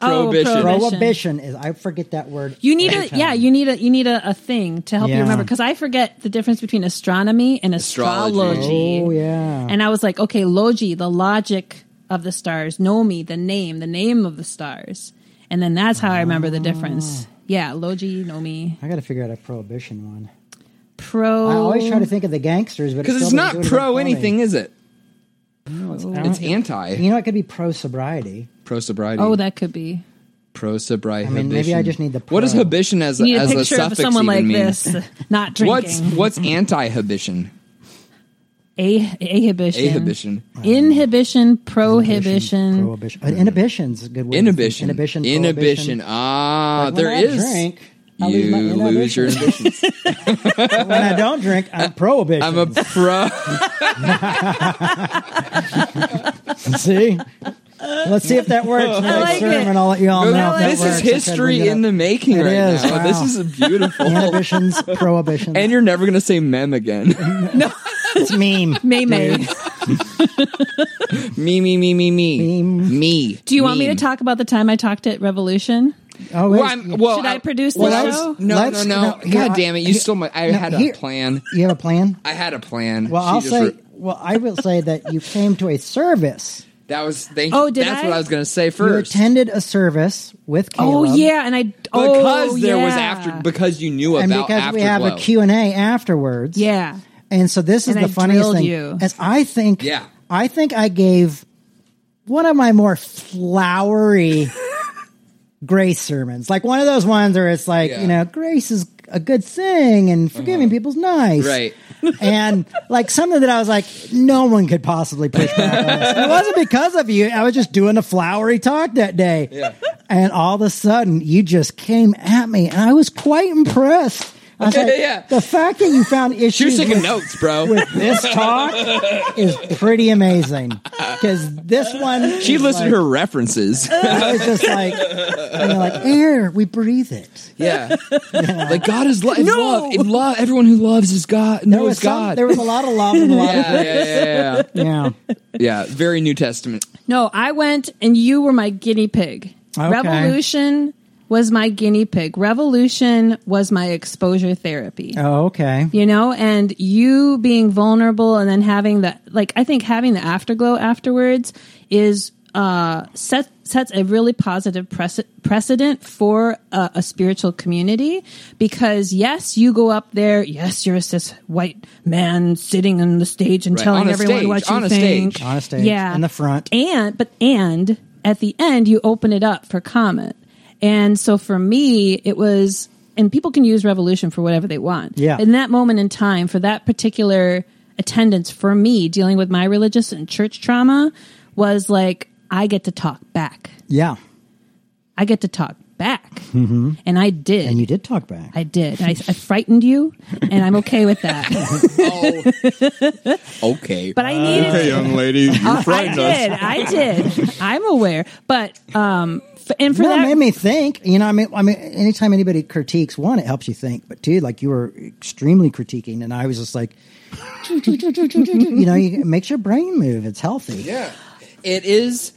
[SPEAKER 2] Prohibition.
[SPEAKER 4] Oh, prohibition.
[SPEAKER 3] prohibition is. I forget that word.
[SPEAKER 4] You need
[SPEAKER 3] every
[SPEAKER 4] a
[SPEAKER 3] time.
[SPEAKER 4] yeah. You need a you need a, a thing to help you
[SPEAKER 3] Yeah.
[SPEAKER 4] remember because I forget the difference between astronomy and
[SPEAKER 2] Astrology.
[SPEAKER 4] astrology.
[SPEAKER 3] Oh yeah.
[SPEAKER 4] And I was like, okay, logi, the logic of the stars, nomi, the name, the name of the stars, and then that's how I remember the difference.
[SPEAKER 3] Oh.
[SPEAKER 4] Yeah, logi, nomi,
[SPEAKER 3] I got to figure out a prohibition one.
[SPEAKER 4] pro.
[SPEAKER 3] I always
[SPEAKER 4] Oh.
[SPEAKER 3] try to think of the gangsters, but it
[SPEAKER 2] Because it's
[SPEAKER 3] still doesn't
[SPEAKER 2] not
[SPEAKER 3] do anything
[SPEAKER 2] pro
[SPEAKER 3] for me.
[SPEAKER 2] anything, is it?
[SPEAKER 3] No, it's,
[SPEAKER 2] It's
[SPEAKER 3] out.
[SPEAKER 2] anti
[SPEAKER 3] You know, it could be pro sobriety.
[SPEAKER 2] pro sobriety.
[SPEAKER 4] Oh, that could be.
[SPEAKER 2] pro sobriety.
[SPEAKER 3] I mean, maybe I just need the
[SPEAKER 2] What is
[SPEAKER 3] pro.
[SPEAKER 2] hibition as
[SPEAKER 4] You need a
[SPEAKER 2] as a
[SPEAKER 4] picture of
[SPEAKER 2] suffix
[SPEAKER 4] someone
[SPEAKER 2] even
[SPEAKER 4] like
[SPEAKER 2] mean?
[SPEAKER 4] this not
[SPEAKER 2] What's
[SPEAKER 4] drinking.
[SPEAKER 2] what's anti hibition?
[SPEAKER 4] A ahibition.
[SPEAKER 2] Ahibition.
[SPEAKER 4] Inhibition, prohibition.
[SPEAKER 3] Prohibition. An inhibition's a good word.
[SPEAKER 2] Inhibition.
[SPEAKER 3] Inhibition.
[SPEAKER 2] Inhibition.
[SPEAKER 3] prohibition.
[SPEAKER 2] Ah,
[SPEAKER 3] Like, when
[SPEAKER 2] there
[SPEAKER 3] I
[SPEAKER 2] is.
[SPEAKER 3] drink, I
[SPEAKER 2] you
[SPEAKER 3] lose my
[SPEAKER 2] lose your
[SPEAKER 3] inhibition.
[SPEAKER 2] inhibition.
[SPEAKER 3] when I don't drink, I'm prohibition.
[SPEAKER 2] I'm a pro.
[SPEAKER 3] See? Let's see if that works. Next
[SPEAKER 4] like
[SPEAKER 3] sermon,
[SPEAKER 4] it.
[SPEAKER 3] I'll let you all know. if that
[SPEAKER 2] this
[SPEAKER 3] works.
[SPEAKER 2] is
[SPEAKER 3] I tried to
[SPEAKER 2] history
[SPEAKER 3] bring it
[SPEAKER 2] in the
[SPEAKER 3] up.
[SPEAKER 2] making
[SPEAKER 3] It
[SPEAKER 2] right
[SPEAKER 3] is,
[SPEAKER 2] now.
[SPEAKER 3] wow.
[SPEAKER 2] This is a beautiful.
[SPEAKER 3] Inhibitions, prohibitions.
[SPEAKER 2] and you're never going to say mem again.
[SPEAKER 3] it's meme.
[SPEAKER 4] May May.
[SPEAKER 2] me, me, me, me, me.
[SPEAKER 3] Meme.
[SPEAKER 2] Me.
[SPEAKER 4] Do you want me to talk about the time I talked at Revolution?
[SPEAKER 3] Oh, wait.
[SPEAKER 2] well, I'm, well,
[SPEAKER 4] Should I produce
[SPEAKER 2] well,
[SPEAKER 4] this
[SPEAKER 2] I was-
[SPEAKER 4] show?
[SPEAKER 2] No, no,
[SPEAKER 3] Let's-
[SPEAKER 2] no,
[SPEAKER 3] no,
[SPEAKER 2] God
[SPEAKER 3] here, I-
[SPEAKER 2] damn it! You
[SPEAKER 3] here-
[SPEAKER 2] stole my. I
[SPEAKER 3] no,
[SPEAKER 2] had
[SPEAKER 3] here-
[SPEAKER 2] a plan.
[SPEAKER 3] You have a plan?
[SPEAKER 2] I had a plan.
[SPEAKER 3] Well,
[SPEAKER 2] She
[SPEAKER 3] I'll
[SPEAKER 2] just
[SPEAKER 3] say.
[SPEAKER 2] re-
[SPEAKER 3] well, I will say that you came to a service.
[SPEAKER 2] that was. Thank
[SPEAKER 4] Oh,
[SPEAKER 2] you.
[SPEAKER 4] did
[SPEAKER 2] That's
[SPEAKER 4] I?
[SPEAKER 2] what I was going to say
[SPEAKER 3] You
[SPEAKER 2] first.
[SPEAKER 3] attended a service with
[SPEAKER 4] Oh
[SPEAKER 3] Caleb.
[SPEAKER 4] yeah, and I
[SPEAKER 2] because
[SPEAKER 4] oh,
[SPEAKER 2] there was
[SPEAKER 4] yeah.
[SPEAKER 2] after because you knew
[SPEAKER 3] and
[SPEAKER 2] about
[SPEAKER 3] because we have
[SPEAKER 2] afterglow.
[SPEAKER 3] a Q and A afterwards.
[SPEAKER 4] yeah.
[SPEAKER 3] And so this is
[SPEAKER 4] And
[SPEAKER 3] the
[SPEAKER 4] I
[SPEAKER 3] funniest
[SPEAKER 4] drilled
[SPEAKER 3] thing.
[SPEAKER 4] you.
[SPEAKER 3] As I think,
[SPEAKER 2] Yeah.
[SPEAKER 3] I think I gave one of my more flowery grace sermons, like one of those ones where it's like,
[SPEAKER 2] Yeah. Uh-huh.
[SPEAKER 3] you know, grace is a good thing, and forgiving people's nice,
[SPEAKER 2] Right.
[SPEAKER 3] and like something that I was like, no one could possibly push back on this. And it wasn't because of you. I was just doing a flowery talk that day.
[SPEAKER 2] Yeah.
[SPEAKER 3] And all of a sudden, you just came at me, and I was quite impressed. I was like,
[SPEAKER 2] Yeah.
[SPEAKER 3] the fact that you found
[SPEAKER 2] She was
[SPEAKER 3] issues
[SPEAKER 2] taking
[SPEAKER 3] with,
[SPEAKER 2] notes, bro.
[SPEAKER 3] with this talk is pretty amazing. Because this one,
[SPEAKER 2] She
[SPEAKER 3] is
[SPEAKER 2] listed
[SPEAKER 3] like,
[SPEAKER 2] her references.
[SPEAKER 3] I was just like, and you're like, air, we breathe it.
[SPEAKER 2] Yeah. Like God is love.
[SPEAKER 4] No!
[SPEAKER 2] love. In love. Everyone who loves is God.
[SPEAKER 3] There
[SPEAKER 2] Knows
[SPEAKER 3] was some-
[SPEAKER 2] God.
[SPEAKER 3] there was a lot of love and a lot
[SPEAKER 2] yeah, yeah, yeah, yeah,
[SPEAKER 3] of yeah.
[SPEAKER 2] yeah. Yeah, Very New Testament.
[SPEAKER 4] No, I went and you were my guinea pig.
[SPEAKER 3] Okay.
[SPEAKER 4] Revolution was my guinea pig. Revolution was my exposure therapy.
[SPEAKER 3] Oh, okay.
[SPEAKER 4] You know, and you being vulnerable and then having the like I think having the afterglow afterwards is uh set, sets a really positive prece- precedent for a, a spiritual community because yes you go up there yes you're this white man sitting on the stage and
[SPEAKER 2] Right, on
[SPEAKER 4] telling
[SPEAKER 2] a
[SPEAKER 4] everyone
[SPEAKER 2] stage,
[SPEAKER 4] what you
[SPEAKER 2] on a
[SPEAKER 4] think
[SPEAKER 2] stage.
[SPEAKER 3] On a stage,
[SPEAKER 4] yeah
[SPEAKER 3] in the front.
[SPEAKER 4] and but and at the end you open it up for comment and so for me it was and people can use revolution for whatever they want
[SPEAKER 3] Yeah.
[SPEAKER 4] in that moment in time for that particular attendance for me dealing with my religious and church trauma was like i get to talk back
[SPEAKER 3] Yeah.
[SPEAKER 4] i get to talk back and i did
[SPEAKER 3] Mm-hmm. And you did talk back.
[SPEAKER 4] i did I, I frightened you and i'm okay with that
[SPEAKER 2] Oh. okay.
[SPEAKER 4] but i needed to.
[SPEAKER 2] young lady, you
[SPEAKER 4] I did. I did. I'm aware, but um, f- and for
[SPEAKER 3] No, it
[SPEAKER 4] that,
[SPEAKER 3] made me think. You know, I mean, I mean, anytime anybody critiques, one, it helps you think, but two, like you were extremely critiquing, and I was just like, you know, you, it makes your brain move. It's healthy.
[SPEAKER 2] Yeah. It is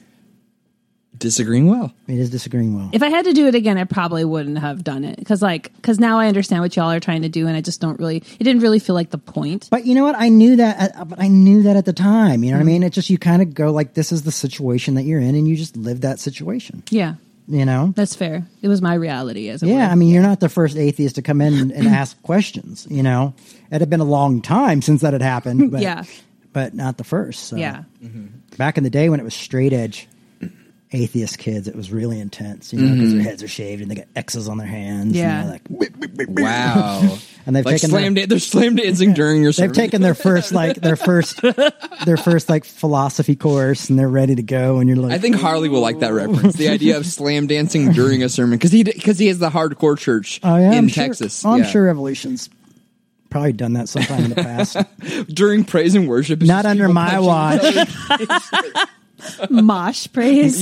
[SPEAKER 2] disagreeing well.
[SPEAKER 3] It is disagreeing well.
[SPEAKER 4] if I had to do it again, I probably wouldn't have done it because like because now I understand what y'all are trying to do, and I just don't really. It didn't really feel like the point.
[SPEAKER 3] But you know what? I knew that, uh, but I knew that at the time. You
[SPEAKER 4] Mm-hmm.
[SPEAKER 3] know what I mean? It's just you kind of go like, this is the situation that you're in, and you just live that situation.
[SPEAKER 4] Yeah,
[SPEAKER 3] You know?
[SPEAKER 4] that's fair. It was my reality as it
[SPEAKER 3] Yeah, I
[SPEAKER 4] were.
[SPEAKER 3] mean, you're not the first atheist to come in and, and ask questions. You know, it had been a long time since that had happened. But,
[SPEAKER 4] Yeah.
[SPEAKER 3] but not the first. So.
[SPEAKER 4] yeah.
[SPEAKER 3] back in the day when it was straight edge atheist kids it was really intense you know because their heads are shaved and they got x's on their hands
[SPEAKER 4] Mm-hmm. Yeah.
[SPEAKER 3] and they're like whip, whip, whip, whip.
[SPEAKER 2] Wow.
[SPEAKER 3] And they've
[SPEAKER 2] like
[SPEAKER 3] taken
[SPEAKER 2] slam
[SPEAKER 3] their-
[SPEAKER 2] da- they're slam dancing during your
[SPEAKER 3] they've
[SPEAKER 2] sermon.
[SPEAKER 3] taken their first like their first their first like philosophy course and they're ready to go and you're like
[SPEAKER 2] I think Harley will like that reference. The idea of slam dancing during a sermon because he because he has the hardcore church
[SPEAKER 3] oh yeah
[SPEAKER 2] in
[SPEAKER 3] I'm sure-
[SPEAKER 2] Texas.
[SPEAKER 3] oh, i'm
[SPEAKER 2] Yeah.
[SPEAKER 3] sure revolutions probably done that sometime in the past
[SPEAKER 2] during praise and worship. it's
[SPEAKER 3] not
[SPEAKER 2] just
[SPEAKER 3] under
[SPEAKER 2] people
[SPEAKER 3] my
[SPEAKER 2] punching-
[SPEAKER 3] watch
[SPEAKER 4] Mosh praise.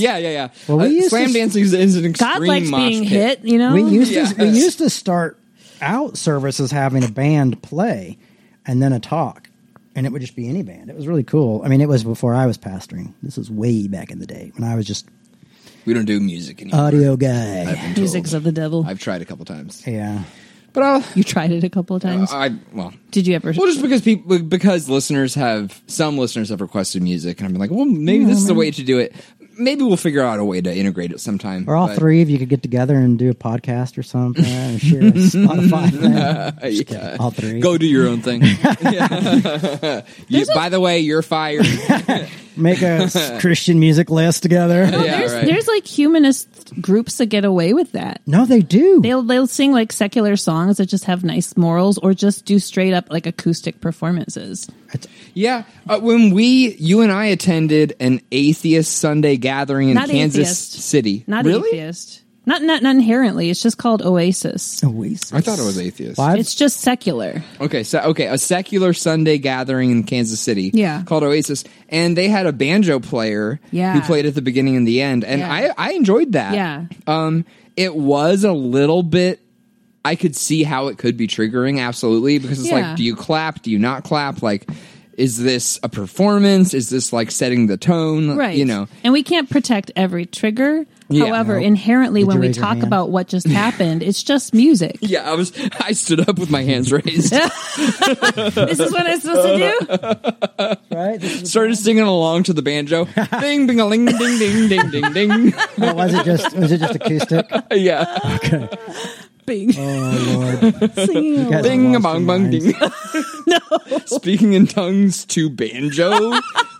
[SPEAKER 2] Yeah, yeah, yeah.
[SPEAKER 3] Well, we
[SPEAKER 2] Uh,
[SPEAKER 3] used
[SPEAKER 2] slam
[SPEAKER 3] to-
[SPEAKER 2] dancing is, is an extreme
[SPEAKER 4] God likes
[SPEAKER 2] mosh
[SPEAKER 4] being
[SPEAKER 2] pit.
[SPEAKER 4] hit. You know.
[SPEAKER 3] we used
[SPEAKER 2] Yes.
[SPEAKER 3] to we used to start out services having a band play and then a talk and it would just be any band it was really cool i mean it was before i was pastoring this was way back in the day when i was just
[SPEAKER 2] We don't do music anymore.
[SPEAKER 3] audio guy
[SPEAKER 2] I've been
[SPEAKER 4] Music's
[SPEAKER 2] told.
[SPEAKER 4] of the devil.
[SPEAKER 2] I've tried a couple times,
[SPEAKER 3] yeah
[SPEAKER 2] but I'll,
[SPEAKER 4] you tried it a couple of times.
[SPEAKER 2] I well,
[SPEAKER 4] Did you ever?
[SPEAKER 2] uh, well, just because people because listeners have some listeners have requested music, and I'm like, well, maybe this is
[SPEAKER 3] Mm-hmm.
[SPEAKER 2] the way to do it. Maybe we'll figure out a way to integrate it sometime.
[SPEAKER 3] or all
[SPEAKER 2] but-
[SPEAKER 3] three of you could get together and do a podcast or something or share a spotify thing.
[SPEAKER 2] Uh,
[SPEAKER 3] Just
[SPEAKER 2] yeah.
[SPEAKER 3] kidding. all three
[SPEAKER 2] Go do your own thing. Yeah. You- by the way, you're fired.
[SPEAKER 3] make a s- christian music list together
[SPEAKER 2] yeah,
[SPEAKER 4] there's,
[SPEAKER 2] right.
[SPEAKER 4] there's like humanist groups that get away with that.
[SPEAKER 3] no they do
[SPEAKER 4] They'll they'll sing like secular songs that just have nice morals, or just do straight up like acoustic performances.
[SPEAKER 3] It's-
[SPEAKER 2] Yeah, uh, when we, you and I attended an atheist Sunday gathering in
[SPEAKER 4] Not
[SPEAKER 2] Kansas
[SPEAKER 4] atheist.
[SPEAKER 2] City.
[SPEAKER 4] Not
[SPEAKER 2] really?
[SPEAKER 4] atheist. Not, not not inherently. It's just called
[SPEAKER 2] Oh,
[SPEAKER 4] Oasis.
[SPEAKER 3] oasis
[SPEAKER 2] I thought it was atheist.
[SPEAKER 3] Why-
[SPEAKER 4] It's just secular.
[SPEAKER 2] Okay, so okay, a secular Sunday gathering in Kansas City,
[SPEAKER 4] Yeah.
[SPEAKER 2] called Oasis, and they had a banjo player,
[SPEAKER 4] Yeah.
[SPEAKER 2] who played at the beginning and the end, and
[SPEAKER 4] Yeah.
[SPEAKER 2] I I enjoyed that.
[SPEAKER 4] Yeah.
[SPEAKER 2] um, it was a little bit. I could see how it could be triggering, absolutely, because it's
[SPEAKER 4] Yeah.
[SPEAKER 2] like, do you clap? Do you not clap? Like, is this a performance? Is this like setting the tone?
[SPEAKER 4] right
[SPEAKER 2] You know,
[SPEAKER 4] and we can't protect every trigger
[SPEAKER 2] Yeah.
[SPEAKER 4] however
[SPEAKER 3] Nope.
[SPEAKER 4] inherently
[SPEAKER 3] Did
[SPEAKER 4] when
[SPEAKER 3] you
[SPEAKER 4] we
[SPEAKER 3] raise your
[SPEAKER 4] talk
[SPEAKER 3] hand?
[SPEAKER 4] about what just happened it's just music
[SPEAKER 2] yeah, I was, I stood up with my hands raised,
[SPEAKER 4] this is what i'm supposed to do
[SPEAKER 3] Right? This is-
[SPEAKER 2] started singing along to the banjo. Bing, bing, a ling, ding, ding, ding, ding, ding.
[SPEAKER 3] oh, was it just was it just acoustic?
[SPEAKER 2] yeah.
[SPEAKER 4] Bing.
[SPEAKER 3] Oh lord.
[SPEAKER 4] Singing along.
[SPEAKER 3] guys-
[SPEAKER 2] Bing, a
[SPEAKER 3] lost
[SPEAKER 2] bong,
[SPEAKER 3] your
[SPEAKER 2] bong, ding. Speaking in tongues to banjo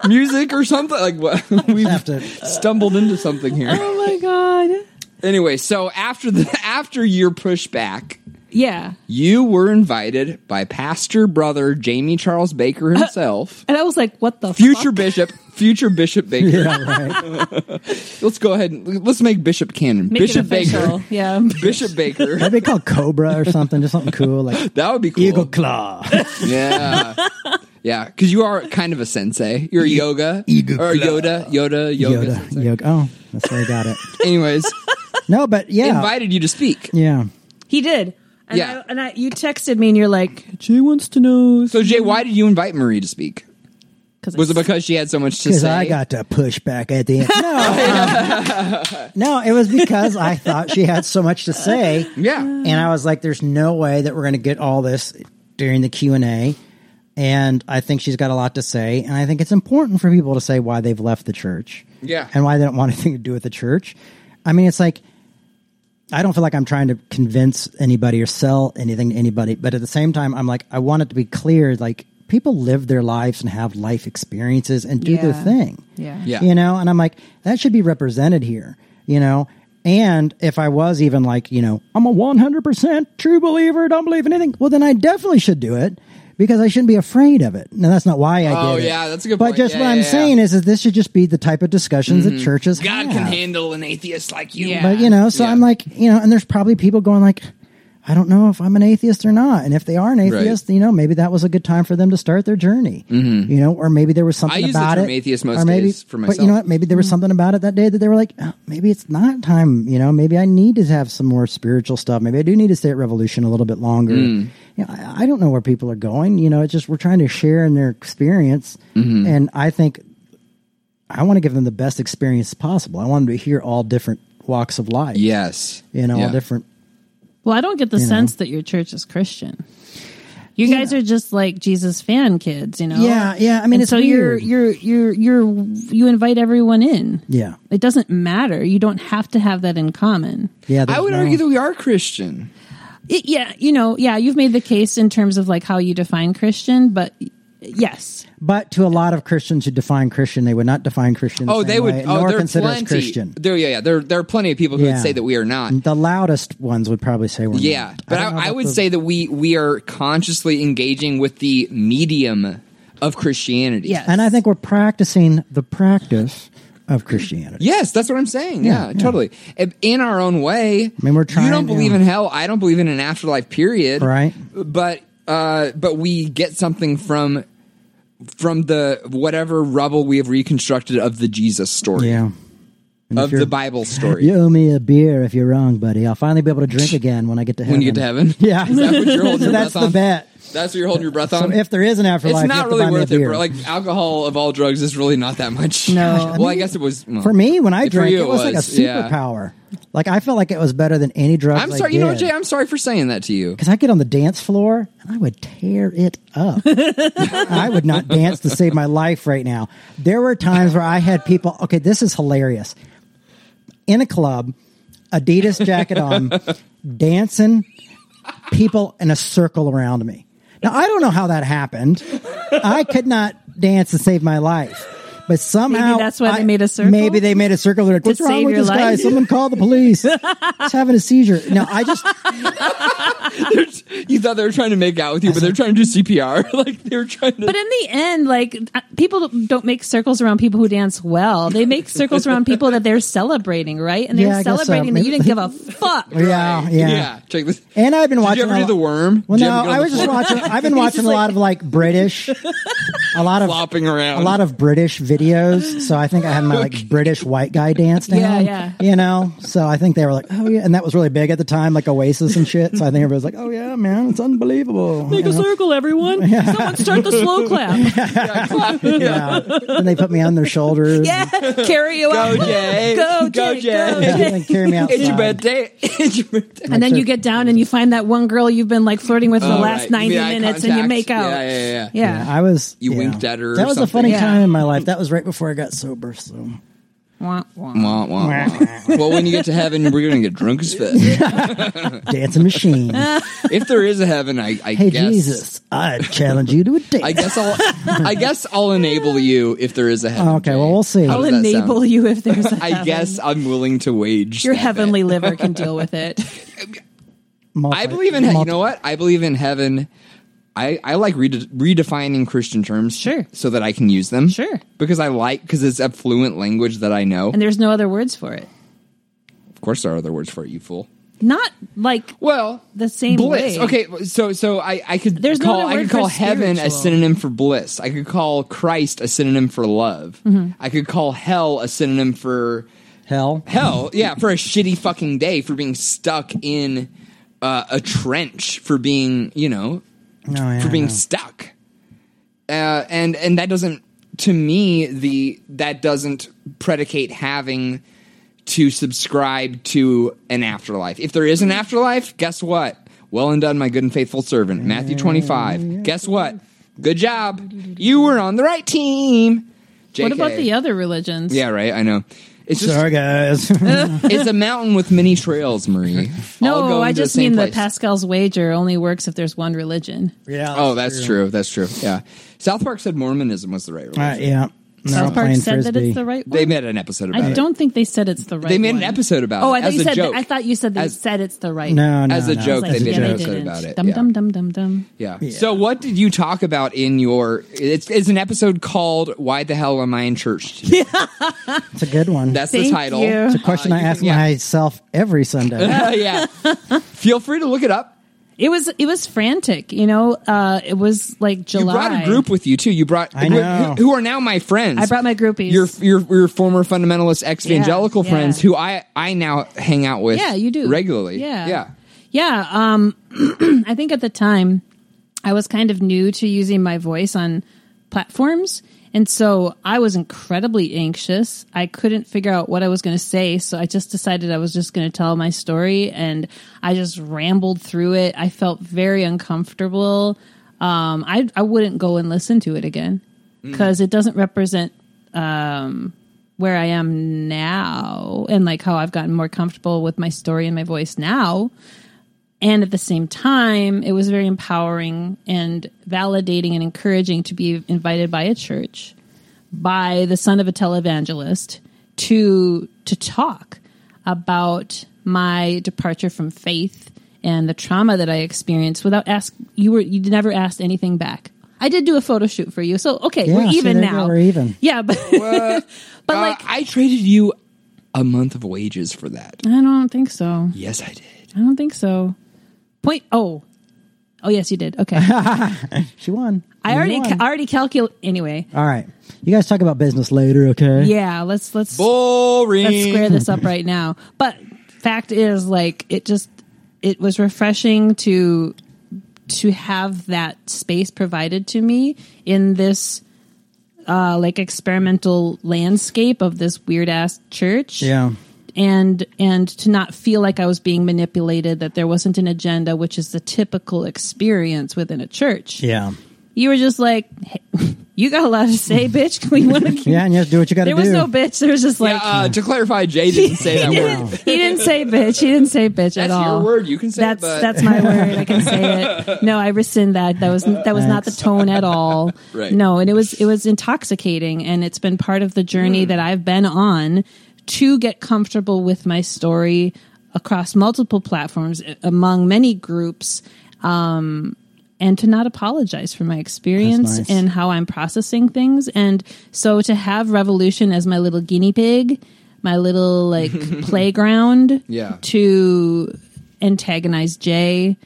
[SPEAKER 2] music or something. Like, what? We've
[SPEAKER 3] Have to-
[SPEAKER 2] stumbled into something here.
[SPEAKER 4] oh my god
[SPEAKER 2] Anyway, so after the, after your pushback,
[SPEAKER 4] yeah
[SPEAKER 2] you were invited by pastor brother Jamie Charles Baker himself,
[SPEAKER 4] and i was like what the
[SPEAKER 2] future
[SPEAKER 4] fuck?
[SPEAKER 2] bishop, future bishop Baker.
[SPEAKER 3] Yeah, right.
[SPEAKER 2] Let's go ahead and let's make Bishop canon.
[SPEAKER 4] Make it
[SPEAKER 2] bishop Baker.
[SPEAKER 4] official. yeah
[SPEAKER 2] Bishop Baker.
[SPEAKER 3] That'd be called Cobra or something, just something cool like
[SPEAKER 2] That would be cool.
[SPEAKER 3] Eagle Claw.
[SPEAKER 2] Yeah. Yeah, because you are kind of a sensei. You're a yoga
[SPEAKER 3] Eagle
[SPEAKER 2] or
[SPEAKER 3] claw.
[SPEAKER 2] Yoda, Yoda, yoga.
[SPEAKER 3] Yoda.
[SPEAKER 2] sensei.
[SPEAKER 3] Yoga. Oh, that's where I got it.
[SPEAKER 2] Anyways,
[SPEAKER 3] No, but yeah.
[SPEAKER 2] invited you to speak.
[SPEAKER 3] yeah.
[SPEAKER 4] he did and
[SPEAKER 2] Yeah.
[SPEAKER 4] I, and I, you texted me and you're like jay wants to know
[SPEAKER 2] So Jay, why did you invite Marie to speak?
[SPEAKER 4] because
[SPEAKER 2] Was it because she had so much to
[SPEAKER 3] Because
[SPEAKER 2] say?
[SPEAKER 3] I got to push back at the end. No, um, no, it was because I thought she had so much to say.
[SPEAKER 2] yeah.
[SPEAKER 3] and I was like, "There's no way that we're going to get all this during the Q and A." And I think she's got a lot to say, and I think it's important for people to say why they've left the church,
[SPEAKER 2] Yeah.
[SPEAKER 3] and why they don't want anything to do with the church. I mean, it's like I don't feel like I'm trying to convince anybody or sell anything to anybody, but at the same time, I'm like, I want it to be clear, like people live their lives and have life experiences and do their
[SPEAKER 4] Yeah.
[SPEAKER 3] thing.
[SPEAKER 4] yeah
[SPEAKER 2] Yeah.
[SPEAKER 3] You know, and I'm like, that should be represented here, you know? And if I was even like, you know, I'm a 100% true believer, don't believe in anything, well, then I definitely should do it because I shouldn't be afraid of it. Now, that's not why I
[SPEAKER 2] Oh,
[SPEAKER 3] did it.
[SPEAKER 2] yeah, that's a good
[SPEAKER 3] But
[SPEAKER 2] point.
[SPEAKER 3] just
[SPEAKER 2] Yeah,
[SPEAKER 3] what
[SPEAKER 2] yeah,
[SPEAKER 3] I'm
[SPEAKER 2] yeah. Mm-hmm.
[SPEAKER 3] saying is that this should just be the type of discussions that churches
[SPEAKER 2] God
[SPEAKER 3] have.
[SPEAKER 2] can handle an atheist like you.
[SPEAKER 4] Yeah.
[SPEAKER 3] But, you know, so
[SPEAKER 2] Yeah.
[SPEAKER 3] I'm like, you know, and there's probably people going like, I don't know if I'm an atheist or not. And if they are an atheist, you know, maybe that was a good time for them to start their journey. You know, or maybe there was something
[SPEAKER 2] Mm-hmm. I use the
[SPEAKER 3] about
[SPEAKER 2] term
[SPEAKER 3] it.
[SPEAKER 2] atheist most
[SPEAKER 3] or maybe,
[SPEAKER 2] days for
[SPEAKER 3] But you know
[SPEAKER 2] myself. Mm-hmm.
[SPEAKER 3] what? Maybe there was something about it that day that they were like, oh, maybe it's not time. You know, maybe I need to have some more spiritual stuff. Maybe I do need to stay at Revolution a little bit longer.
[SPEAKER 2] Mm.
[SPEAKER 3] You know, I, I don't know where people are going. You know, it's just we're trying to share in their experience.
[SPEAKER 2] Mm-hmm.
[SPEAKER 3] And I think I want to give them the best experience possible. I want them to hear all different walks of life.
[SPEAKER 2] Yes.
[SPEAKER 3] You know,
[SPEAKER 2] Yeah.
[SPEAKER 3] all different.
[SPEAKER 4] Well, I don't get the sense that your church is Christian. You guys are just like Jesus fan kids, you know.
[SPEAKER 3] Yeah, yeah, I mean,
[SPEAKER 4] And
[SPEAKER 3] it's
[SPEAKER 4] so
[SPEAKER 3] weird.
[SPEAKER 4] you're you're you're you're you invite everyone in.
[SPEAKER 3] Yeah.
[SPEAKER 4] It doesn't matter. You don't have to have that in common.
[SPEAKER 3] Yeah.
[SPEAKER 2] I
[SPEAKER 3] there's
[SPEAKER 2] would
[SPEAKER 3] no-
[SPEAKER 2] argue that we are Christian.
[SPEAKER 4] It- yeah, you know, yeah, you've made the case in terms of like how you define Christian, but yes.
[SPEAKER 3] But to a lot of Christians who define Christian, they would not define Christian. the
[SPEAKER 2] Oh,
[SPEAKER 3] same
[SPEAKER 2] they would.
[SPEAKER 3] way,
[SPEAKER 2] oh,
[SPEAKER 3] nor
[SPEAKER 2] there are
[SPEAKER 3] consider us
[SPEAKER 2] plenty.
[SPEAKER 3] Christian.
[SPEAKER 2] There, yeah, yeah. There, there are plenty of people who would say that we are not.
[SPEAKER 3] The loudest ones would probably say we're
[SPEAKER 2] Yeah,
[SPEAKER 3] not.
[SPEAKER 2] but
[SPEAKER 3] don't
[SPEAKER 2] I,
[SPEAKER 3] know
[SPEAKER 2] I,
[SPEAKER 3] about
[SPEAKER 2] would
[SPEAKER 3] the-
[SPEAKER 2] say that we we are consciously engaging with the medium of Christianity.
[SPEAKER 4] Yes.
[SPEAKER 3] and I think we're practicing the practice of Christianity.
[SPEAKER 2] Yes, that's what I'm saying. Yeah,
[SPEAKER 3] Yeah, yeah.
[SPEAKER 2] totally. If- In our own way. I
[SPEAKER 3] mean, we're
[SPEAKER 2] You
[SPEAKER 3] trying-
[SPEAKER 2] don't believe
[SPEAKER 3] yeah.
[SPEAKER 2] in hell. I don't believe in an afterlife. Period.
[SPEAKER 3] Right.
[SPEAKER 2] But uh, but we get something from from the whatever rubble we have reconstructed of the Jesus story
[SPEAKER 3] Yeah. And if
[SPEAKER 2] of the
[SPEAKER 3] you're-
[SPEAKER 2] Bible story.
[SPEAKER 3] You owe me a beer if you're wrong, buddy. I'll finally be able to drink again when I get to heaven.
[SPEAKER 2] When you get to heaven.
[SPEAKER 3] Yeah.
[SPEAKER 2] Is that what you're holding
[SPEAKER 3] so
[SPEAKER 2] your
[SPEAKER 3] that's
[SPEAKER 2] breath
[SPEAKER 3] the
[SPEAKER 2] on?
[SPEAKER 3] bet.
[SPEAKER 2] That's what you're holding your breath
[SPEAKER 3] So
[SPEAKER 2] on.
[SPEAKER 3] if there is an
[SPEAKER 2] It's
[SPEAKER 3] afterlife, you have
[SPEAKER 2] not
[SPEAKER 3] to
[SPEAKER 2] really
[SPEAKER 3] buy me a
[SPEAKER 2] worth it,
[SPEAKER 3] beer.
[SPEAKER 2] bro. Like alcohol of all drugs is really not that much.
[SPEAKER 4] No.
[SPEAKER 2] well, I, guess it was well,
[SPEAKER 3] For me, when I
[SPEAKER 2] for
[SPEAKER 3] drank,
[SPEAKER 2] you
[SPEAKER 3] it was, like a
[SPEAKER 2] yeah.
[SPEAKER 3] superpower. Like I felt like it was better than any drug.
[SPEAKER 2] I'm sorry. You know what, Jay? I'm sorry for saying that to you.
[SPEAKER 3] Because I get on the dance floor and I would tear it up. I would not dance to save my life right now. There were times where I had people. Okay, this is hilarious. In a club, Adidas jacket on, dancing, people in a circle around me. Now I don't know how that happened. I could not dance to save my life. But somehow
[SPEAKER 4] Maybe that's why
[SPEAKER 3] I-
[SPEAKER 4] they made a circle?
[SPEAKER 3] Maybe they made a circle. They're like, "What's wrong
[SPEAKER 4] save
[SPEAKER 3] with
[SPEAKER 4] your
[SPEAKER 3] this guy?
[SPEAKER 4] life?"
[SPEAKER 3] Someone call the police! He's having a seizure." No, I just
[SPEAKER 2] You thought they were trying to make out with you, but they're trying to do CPR. like they were trying to.
[SPEAKER 4] But in the end, like uh, people don't make circles around people who dance well. They make circles around people that they're celebrating, right? And they're
[SPEAKER 3] Yeah, I guess so.
[SPEAKER 4] celebrating that you didn't give a fuck.
[SPEAKER 3] yeah, Oh, yeah.
[SPEAKER 2] Check this.
[SPEAKER 3] And I've been
[SPEAKER 2] Did
[SPEAKER 3] watching.
[SPEAKER 2] you ever
[SPEAKER 3] a
[SPEAKER 2] do
[SPEAKER 3] lot-
[SPEAKER 2] the worm?
[SPEAKER 3] Well,
[SPEAKER 2] Did you ever get on
[SPEAKER 3] no,
[SPEAKER 2] the
[SPEAKER 3] I was just
[SPEAKER 2] floor?
[SPEAKER 3] watching. I've been watching a lot of like British, a lot of
[SPEAKER 2] flopping around.
[SPEAKER 3] a lot of British videos, so I think I had my like British white guy dance down.
[SPEAKER 4] Yeah, yeah.
[SPEAKER 3] You know, so I think they were like, "Oh yeah," and that was really big at the time, like Oasis and shit. So I think everybody's like, "Oh yeah, man, it's unbelievable."
[SPEAKER 4] Make
[SPEAKER 3] you
[SPEAKER 4] a
[SPEAKER 3] know?
[SPEAKER 4] circle, everyone. Someone start the slow clap.
[SPEAKER 3] yeah. And uh, they put me on their shoulders.
[SPEAKER 4] Yeah, carry you out.
[SPEAKER 2] Jay.
[SPEAKER 4] Go,
[SPEAKER 2] Go,
[SPEAKER 4] Jay.
[SPEAKER 2] Jay.
[SPEAKER 4] Go,
[SPEAKER 3] And
[SPEAKER 4] Jay.
[SPEAKER 3] they carry me outside.
[SPEAKER 2] It's your birthday. It's your birthday.
[SPEAKER 4] And then you get down and you find that one girl you've been like flirting with for the
[SPEAKER 2] Oh,
[SPEAKER 4] last
[SPEAKER 2] right.
[SPEAKER 4] 90
[SPEAKER 2] The eye
[SPEAKER 4] minutes and you
[SPEAKER 2] contact.
[SPEAKER 4] make out.
[SPEAKER 2] Yeah, yeah, yeah.
[SPEAKER 3] Yeah, I was.
[SPEAKER 2] You
[SPEAKER 3] yeah.
[SPEAKER 2] winked at her or
[SPEAKER 3] That was a
[SPEAKER 2] something.
[SPEAKER 3] funny
[SPEAKER 4] Yeah.
[SPEAKER 3] time in my life. That was right before I got sober. So
[SPEAKER 4] Wah, wah.
[SPEAKER 2] Wah, wah, wah. well, when you get to heaven, we're going to get drunk as fuck.
[SPEAKER 3] dancing machine.
[SPEAKER 2] If there is a heaven, I, I
[SPEAKER 3] Hey
[SPEAKER 2] guess.
[SPEAKER 3] Jesus, I challenge you to a dance.
[SPEAKER 2] I guess I'll. I guess I'll enable you if there is a heaven.
[SPEAKER 3] Okay, well, we'll see.
[SPEAKER 2] How
[SPEAKER 4] I'll
[SPEAKER 2] does that
[SPEAKER 4] enable
[SPEAKER 2] sound?
[SPEAKER 4] you if there's a
[SPEAKER 2] I
[SPEAKER 4] heaven.
[SPEAKER 2] guess I'm willing to wage
[SPEAKER 4] Your
[SPEAKER 2] that
[SPEAKER 4] heavenly liver can deal with it.
[SPEAKER 3] Multi-
[SPEAKER 2] I believe in he- you
[SPEAKER 3] multi-
[SPEAKER 2] know what? I believe in heaven. I, I like rede- redefining Christian terms
[SPEAKER 4] Sure.
[SPEAKER 2] so that I can use them.
[SPEAKER 4] Sure.
[SPEAKER 2] Because I like because it's a fluent language that I know.
[SPEAKER 4] And there's no other words for it.
[SPEAKER 2] of course there are other words for it, you fool.
[SPEAKER 4] Not like
[SPEAKER 2] Well,
[SPEAKER 4] The same
[SPEAKER 2] bliss.
[SPEAKER 4] way.
[SPEAKER 2] Okay, so so I I could
[SPEAKER 4] There's no
[SPEAKER 2] call
[SPEAKER 4] other
[SPEAKER 2] I
[SPEAKER 4] word
[SPEAKER 2] could call
[SPEAKER 4] for
[SPEAKER 2] heaven a
[SPEAKER 4] spiritual.
[SPEAKER 2] synonym for bliss. I could call Christ a synonym for love.
[SPEAKER 4] Mm-hmm.
[SPEAKER 2] I could call hell a synonym for
[SPEAKER 3] hell.
[SPEAKER 2] hell yeah for a shitty fucking day for being stuck in uh, a trench for being you know
[SPEAKER 3] Oh, yeah,
[SPEAKER 2] for being
[SPEAKER 3] I know.
[SPEAKER 2] stuck uh, and and that doesn't to me the that doesn't predicate having to subscribe to an afterlife if there is an afterlife guess what well and done my good and faithful servant matthew 25 guess what good job you were on the right team JK.
[SPEAKER 4] what about the other religions?
[SPEAKER 2] yeah right i know it's just
[SPEAKER 3] Sorry, guys.
[SPEAKER 2] it's a mountain with many trails, Marie. All
[SPEAKER 4] No,
[SPEAKER 2] going
[SPEAKER 4] I
[SPEAKER 2] to the
[SPEAKER 4] just
[SPEAKER 2] same
[SPEAKER 4] mean
[SPEAKER 2] place.
[SPEAKER 4] the Pascal's wager only works if there's one religion.
[SPEAKER 3] yeah.
[SPEAKER 2] Oh, that's true. That's true. Yeah. South Park said Mormonism was the right religion.
[SPEAKER 3] Uh, yeah. No,
[SPEAKER 4] South Park
[SPEAKER 3] playing
[SPEAKER 4] said that
[SPEAKER 3] Frisbee.
[SPEAKER 4] it's the right one.
[SPEAKER 2] They made an episode about
[SPEAKER 4] I
[SPEAKER 2] it.
[SPEAKER 4] don't think they said it's the right.
[SPEAKER 2] They made an
[SPEAKER 4] one.
[SPEAKER 2] episode about
[SPEAKER 4] Oh,
[SPEAKER 2] it
[SPEAKER 4] I thought
[SPEAKER 2] as
[SPEAKER 4] you
[SPEAKER 2] a
[SPEAKER 4] said.
[SPEAKER 2] joke.
[SPEAKER 4] I thought you said they
[SPEAKER 2] As-
[SPEAKER 4] said it's the right.
[SPEAKER 3] No, no,
[SPEAKER 2] As a
[SPEAKER 3] no.
[SPEAKER 2] joke,
[SPEAKER 4] It's like,
[SPEAKER 2] they did
[SPEAKER 4] yeah,
[SPEAKER 2] an
[SPEAKER 4] they
[SPEAKER 2] episode
[SPEAKER 4] didn't.
[SPEAKER 2] about it,
[SPEAKER 4] Dum
[SPEAKER 2] yeah.
[SPEAKER 4] dum dum dum dum.
[SPEAKER 2] Yeah. So what did you talk about in your it's, it's an episode called Why the Hell Am I in Church Today?
[SPEAKER 3] It's a good one.
[SPEAKER 2] That's the
[SPEAKER 4] Thank
[SPEAKER 2] title.
[SPEAKER 4] you. It's a
[SPEAKER 3] question
[SPEAKER 2] Uh,
[SPEAKER 3] I
[SPEAKER 2] you
[SPEAKER 3] ask
[SPEAKER 2] can- yeah.
[SPEAKER 3] myself every Sunday.
[SPEAKER 2] yeah. Feel free to look it up.
[SPEAKER 4] It was it was frantic, you know. Uh, it was like
[SPEAKER 2] You
[SPEAKER 4] July.
[SPEAKER 2] brought a group with you too. You brought
[SPEAKER 3] I
[SPEAKER 2] who-
[SPEAKER 3] know.
[SPEAKER 2] Who, who are now my friends.
[SPEAKER 4] I brought my groupies.
[SPEAKER 2] Your your, your former fundamentalist ex-evangelical
[SPEAKER 4] Yeah, yeah.
[SPEAKER 2] friends who I I now hang out with.
[SPEAKER 4] Yeah, you do
[SPEAKER 2] regularly.
[SPEAKER 4] Yeah,
[SPEAKER 2] yeah.
[SPEAKER 4] yeah. Um, I think at the time I was kind of new to using my voice on platforms, and so I was incredibly anxious. I couldn't figure out what I was going to say, so I just decided I was just going to tell my story, and I just rambled through it. I felt very uncomfortable. Um, I I wouldn't go and listen to it again because it doesn't represent where I am now and like how I've gotten more comfortable with my story and my voice now. And at the same time, it was very empowering and validating and encouraging to be invited by a church, by the son of a televangelist to to talk about my departure from faith and the trauma that I experienced without ask you were you never asked anything back. I did do a photo shoot for you, so okay,
[SPEAKER 3] Yeah,
[SPEAKER 4] we're
[SPEAKER 3] see,
[SPEAKER 4] even
[SPEAKER 3] there you go,
[SPEAKER 4] now.
[SPEAKER 3] we're even.
[SPEAKER 4] Yeah, but but
[SPEAKER 2] Uh,
[SPEAKER 4] like
[SPEAKER 2] I traded you a month of wages for that.
[SPEAKER 4] I don't think so.
[SPEAKER 2] Yes, I did.
[SPEAKER 4] I don't think so. Point. Oh, oh yes, you did. Okay,
[SPEAKER 3] She won.
[SPEAKER 4] I
[SPEAKER 3] You
[SPEAKER 4] already
[SPEAKER 3] won.
[SPEAKER 4] ca- I already calculate. Anyway,
[SPEAKER 3] All right. You guys talk about business later, okay?
[SPEAKER 4] yeah. Let's let's
[SPEAKER 2] Boring.
[SPEAKER 4] let's square this up right now. But fact is, like, it just it was refreshing to to have that space provided to me in this uh like experimental landscape of this weird ass church
[SPEAKER 3] Yeah.
[SPEAKER 4] and and to not feel like I was being manipulated, that there wasn't an agenda, which is the typical experience within a church.
[SPEAKER 3] Yeah.
[SPEAKER 4] You were just like, hey, you got a lot to say, bitch. We want to.
[SPEAKER 3] Yeah, and you have to do what you got to
[SPEAKER 4] There
[SPEAKER 3] do.
[SPEAKER 4] was no bitch. There was just
[SPEAKER 2] Yeah,
[SPEAKER 4] like
[SPEAKER 2] uh, to clarify, Jay didn't say that
[SPEAKER 4] he,
[SPEAKER 2] word.
[SPEAKER 4] didn't, he didn't say bitch. He didn't say bitch
[SPEAKER 2] uh,
[SPEAKER 4] at
[SPEAKER 2] That's
[SPEAKER 4] all.
[SPEAKER 2] your word. You can say it,
[SPEAKER 4] that's
[SPEAKER 2] but-
[SPEAKER 4] that's my word. I can say it. No, I rescind that. That was that was not the tone at all.
[SPEAKER 2] Right.
[SPEAKER 4] No, and it was it was intoxicating, and it's been part of the
[SPEAKER 2] Hmm.
[SPEAKER 4] journey that I've been on to get comfortable with my story across multiple platforms a- among many groups. Um, and to not apologize for my experience
[SPEAKER 3] nice.
[SPEAKER 4] and how I'm processing things. And so to have Revolution as my little guinea pig, my little like playground
[SPEAKER 2] Yeah.
[SPEAKER 4] to antagonize Jay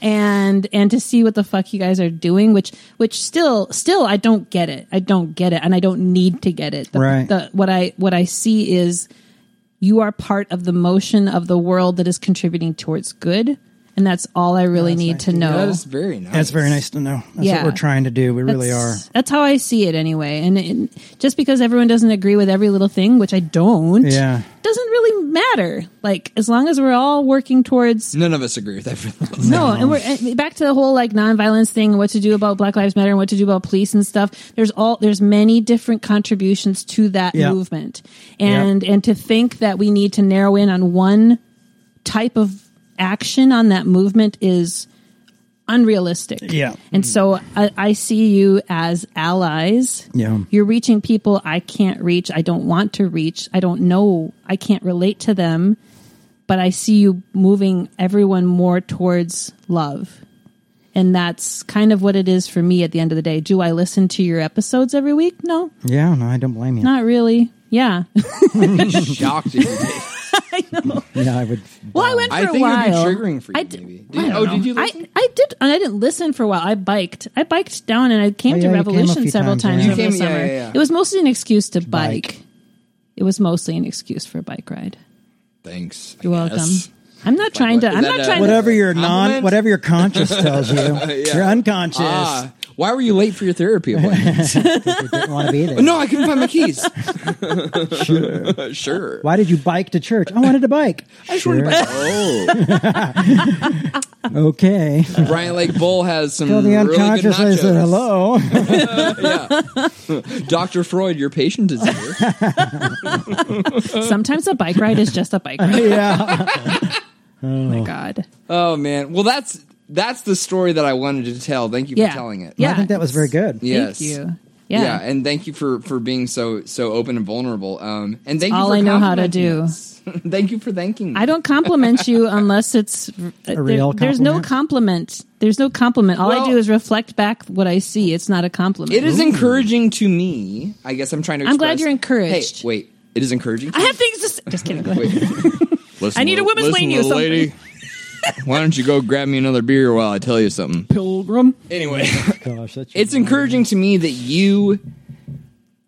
[SPEAKER 4] and and to see what the fuck you guys are doing, which which still still I don't get it. I don't get it, and I don't need to get it. The-
[SPEAKER 3] Right.
[SPEAKER 4] the- what I what I see is you are part of the motion of the world that is contributing towards good, and that's all I really need to know.
[SPEAKER 2] That is very nice.
[SPEAKER 3] That's very nice to know. That's
[SPEAKER 4] Yeah.
[SPEAKER 3] what we're trying to do. We really are.
[SPEAKER 4] That's- That's how I see it anyway. And it, just because everyone doesn't agree with every little thing, which I don't,
[SPEAKER 3] Yeah.
[SPEAKER 4] doesn't really matter. Like as long as we're all working towards
[SPEAKER 2] None of us agree with that.
[SPEAKER 4] no, and we're and back to the whole like nonviolence thing and what to do about Black Lives Matter and what to do about police and stuff. There's all there's many different contributions to that
[SPEAKER 3] Yeah.
[SPEAKER 4] movement, and and to think that we need to narrow in on one type of action on that movement is unrealistic.
[SPEAKER 3] Yeah.
[SPEAKER 4] and so I, I see you as allies.
[SPEAKER 3] Yeah.
[SPEAKER 4] you're reaching people I can't reach. I don't want to reach. I don't know. I can't relate to them but I see you moving everyone more towards love. And that's kind of what it is for me at the end of the day. Do I listen to your episodes every week? No,
[SPEAKER 3] Yeah, no, I don't blame you.
[SPEAKER 4] not really. Yeah.
[SPEAKER 2] Shocked. if you did.
[SPEAKER 3] Yeah, I would.
[SPEAKER 4] Well, I went for
[SPEAKER 2] I
[SPEAKER 4] a
[SPEAKER 2] think
[SPEAKER 4] while.
[SPEAKER 2] it'd be triggering for you.
[SPEAKER 4] I d-
[SPEAKER 2] maybe.
[SPEAKER 4] I
[SPEAKER 2] Did-
[SPEAKER 4] don't
[SPEAKER 2] Um, oh,
[SPEAKER 4] know.
[SPEAKER 2] did you? Listen?
[SPEAKER 4] I, I did, and I didn't listen for a while. I biked. I biked down, and I came
[SPEAKER 3] Oh,
[SPEAKER 4] to
[SPEAKER 3] yeah, you came a
[SPEAKER 4] Revolution
[SPEAKER 3] few
[SPEAKER 4] several
[SPEAKER 3] times,
[SPEAKER 4] times
[SPEAKER 3] yeah.
[SPEAKER 2] You
[SPEAKER 4] over the
[SPEAKER 2] came- yeah,
[SPEAKER 4] summer.
[SPEAKER 2] yeah, yeah.
[SPEAKER 4] It was mostly an excuse to bike.
[SPEAKER 3] bike.
[SPEAKER 4] It was mostly an excuse for a bike ride.
[SPEAKER 2] Thanks. I
[SPEAKER 4] You're welcome.
[SPEAKER 2] guess.
[SPEAKER 4] I'm not trying to.
[SPEAKER 2] what- is
[SPEAKER 4] I'm
[SPEAKER 2] that
[SPEAKER 4] not
[SPEAKER 2] a-
[SPEAKER 4] trying to.
[SPEAKER 3] Whatever your non,
[SPEAKER 2] Compliment?
[SPEAKER 3] whatever your conscience tells you, your unconscious
[SPEAKER 2] Ah, why were you late for your therapy appointment?
[SPEAKER 3] didn't want to be there.
[SPEAKER 2] no, I couldn't find my keys. sure. sure.
[SPEAKER 3] Why did you bike to church? I wanted to bike.
[SPEAKER 2] I just wanted to buy- Oh.
[SPEAKER 3] Okay.
[SPEAKER 2] Brian Lake Bull has some
[SPEAKER 3] Tell the
[SPEAKER 2] really good
[SPEAKER 3] unconscious I
[SPEAKER 2] nachos.
[SPEAKER 3] said hello.
[SPEAKER 2] Dr. Freud, your patient is here.
[SPEAKER 4] Sometimes a bike ride is just a bike ride.
[SPEAKER 3] yeah.
[SPEAKER 4] Oh my god.
[SPEAKER 2] oh man. Well, that's that's the story that I wanted to tell. Thank you
[SPEAKER 4] Yeah.
[SPEAKER 2] for telling it.
[SPEAKER 4] Yeah.
[SPEAKER 3] I think that was very good.
[SPEAKER 2] Yes.
[SPEAKER 4] Thank you.
[SPEAKER 2] Yeah.
[SPEAKER 4] Yeah.
[SPEAKER 2] and thank you for for being so so open and vulnerable. Um, and thank you
[SPEAKER 4] all
[SPEAKER 2] for
[SPEAKER 4] I know how to
[SPEAKER 2] complimenting
[SPEAKER 4] do.
[SPEAKER 2] us. thank you for thanking. me.
[SPEAKER 4] I don't compliment you unless it's a
[SPEAKER 3] real
[SPEAKER 4] There's no compliment. There's no compliment. All
[SPEAKER 2] Well-
[SPEAKER 4] I do is reflect back what I see. It's not a compliment.
[SPEAKER 2] It is encouraging to me. I guess I'm trying to.
[SPEAKER 4] I'm glad
[SPEAKER 2] express-
[SPEAKER 4] you're encouraged.
[SPEAKER 2] Hey, wait. It is encouraging.
[SPEAKER 4] I have things to. s Just kidding. Go ahead.
[SPEAKER 2] Wait. Listen,
[SPEAKER 4] I need a
[SPEAKER 2] little-
[SPEAKER 4] woman's
[SPEAKER 2] listen,
[SPEAKER 4] lane you
[SPEAKER 2] little lady. Why don't you go grab me another beer while I tell you something?
[SPEAKER 4] Pilgrim.
[SPEAKER 2] Anyway,
[SPEAKER 3] Gosh, that's
[SPEAKER 2] it's encouraging to me that you,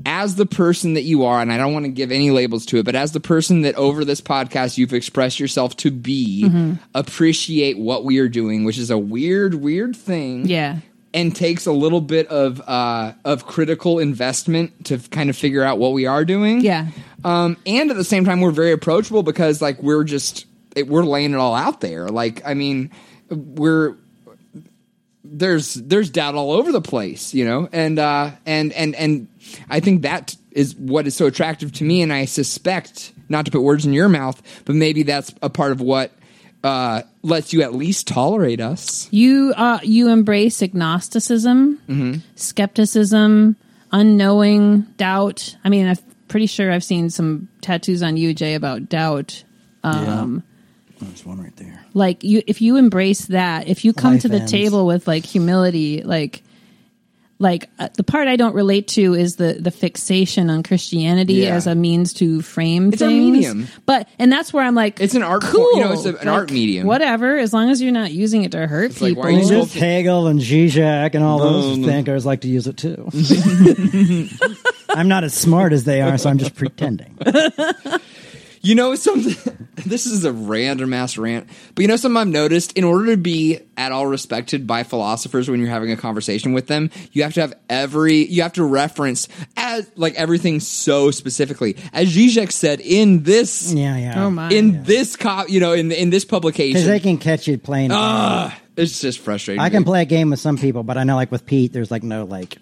[SPEAKER 2] as the person that you are, and I don't want to give any labels to it, but as the person that over this podcast you've expressed yourself to be,
[SPEAKER 4] Mm-hmm.
[SPEAKER 2] appreciate what we are doing, which is a weird, weird thing
[SPEAKER 4] Yeah.
[SPEAKER 2] and takes a little bit of uh, of critical investment to f- kind of figure out what we are doing.
[SPEAKER 4] Yeah.
[SPEAKER 2] Um, and at the same time, we're very approachable because like we're just it, we're laying it all out there. Like I mean, we're there's there's doubt all over the place, you know, and uh, and and and I think that is what is so attractive to me, and I suspect not to put words in your mouth, but maybe that's a part of what uh, lets you at least tolerate us.
[SPEAKER 4] You uh, you embrace agnosticism, skepticism, unknowing, doubt. I mean, I'm pretty sure I've seen some tattoos on you, Jay, about doubt. Um,
[SPEAKER 2] Oh,
[SPEAKER 3] There's one right there.
[SPEAKER 4] like you if you embrace that if you come
[SPEAKER 3] Life
[SPEAKER 4] to the
[SPEAKER 3] ends.
[SPEAKER 4] table with like humility like like uh, the part i don't relate to is the the fixation on christianity
[SPEAKER 2] Yeah.
[SPEAKER 4] as a means to frame
[SPEAKER 2] It's a
[SPEAKER 4] things
[SPEAKER 2] medium.
[SPEAKER 4] but and that's where i'm like
[SPEAKER 2] It's an art
[SPEAKER 4] cool
[SPEAKER 2] form- you know, it's a- an art medium.
[SPEAKER 4] whatever as long as you're not using it to hurt
[SPEAKER 2] like,
[SPEAKER 4] people
[SPEAKER 2] why are
[SPEAKER 3] I
[SPEAKER 2] you
[SPEAKER 3] mean,
[SPEAKER 2] Well,
[SPEAKER 3] just Hegel and Zizek and all those thinkers like to use it too. I'm not as smart as they are, so I'm just pretending.
[SPEAKER 2] You know something? this is a random ass rant, but you know something I've noticed. In order to be at all respected by philosophers when you're having a conversation with them, you have to have every you have to reference as like everything so specifically. As Zizek said in this,
[SPEAKER 3] Yeah, yeah.
[SPEAKER 4] oh my
[SPEAKER 2] in this cop, you know, in in this
[SPEAKER 3] Because they
[SPEAKER 2] publication,
[SPEAKER 3] can catch you playing.
[SPEAKER 2] Ah. it's just frustrating.
[SPEAKER 3] I can
[SPEAKER 2] dude.
[SPEAKER 3] play a game with some people, but I know, like with Pete, there's like no like,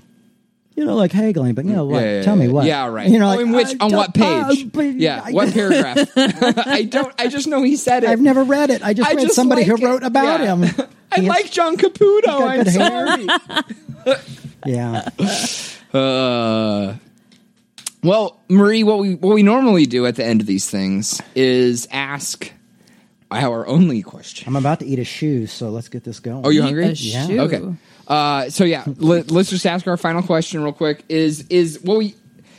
[SPEAKER 3] you know, like haggling, but you know what?
[SPEAKER 2] Yeah, yeah,
[SPEAKER 3] Tell me
[SPEAKER 2] yeah.
[SPEAKER 3] what?
[SPEAKER 2] Yeah, right.
[SPEAKER 3] You know,
[SPEAKER 2] Oh,
[SPEAKER 3] like,
[SPEAKER 2] in which
[SPEAKER 3] I
[SPEAKER 2] on what
[SPEAKER 3] don't- uh,
[SPEAKER 2] page?
[SPEAKER 3] but
[SPEAKER 2] yeah,
[SPEAKER 3] I-
[SPEAKER 2] what paragraph? I don't. I just know he said it.
[SPEAKER 3] I've never read it. I just
[SPEAKER 2] I
[SPEAKER 3] read
[SPEAKER 2] just
[SPEAKER 3] somebody
[SPEAKER 2] like
[SPEAKER 3] who wrote
[SPEAKER 2] it.
[SPEAKER 3] about
[SPEAKER 2] Yeah.
[SPEAKER 3] him.
[SPEAKER 2] I
[SPEAKER 3] He-
[SPEAKER 2] like John Caputo.
[SPEAKER 3] got
[SPEAKER 2] I'm
[SPEAKER 3] good hair.
[SPEAKER 2] sorry.
[SPEAKER 3] Yeah,
[SPEAKER 2] Uh, well, Marie, what we what we normally do at the end of these things is ask our only question.
[SPEAKER 3] I'm about to eat a shoe, so let's get this going.
[SPEAKER 2] Are Oh, you
[SPEAKER 4] Eat
[SPEAKER 2] hungry?
[SPEAKER 4] a Yeah. shoe.
[SPEAKER 2] Okay. Uh, so yeah, let, us just ask our final question real quick. Is is what we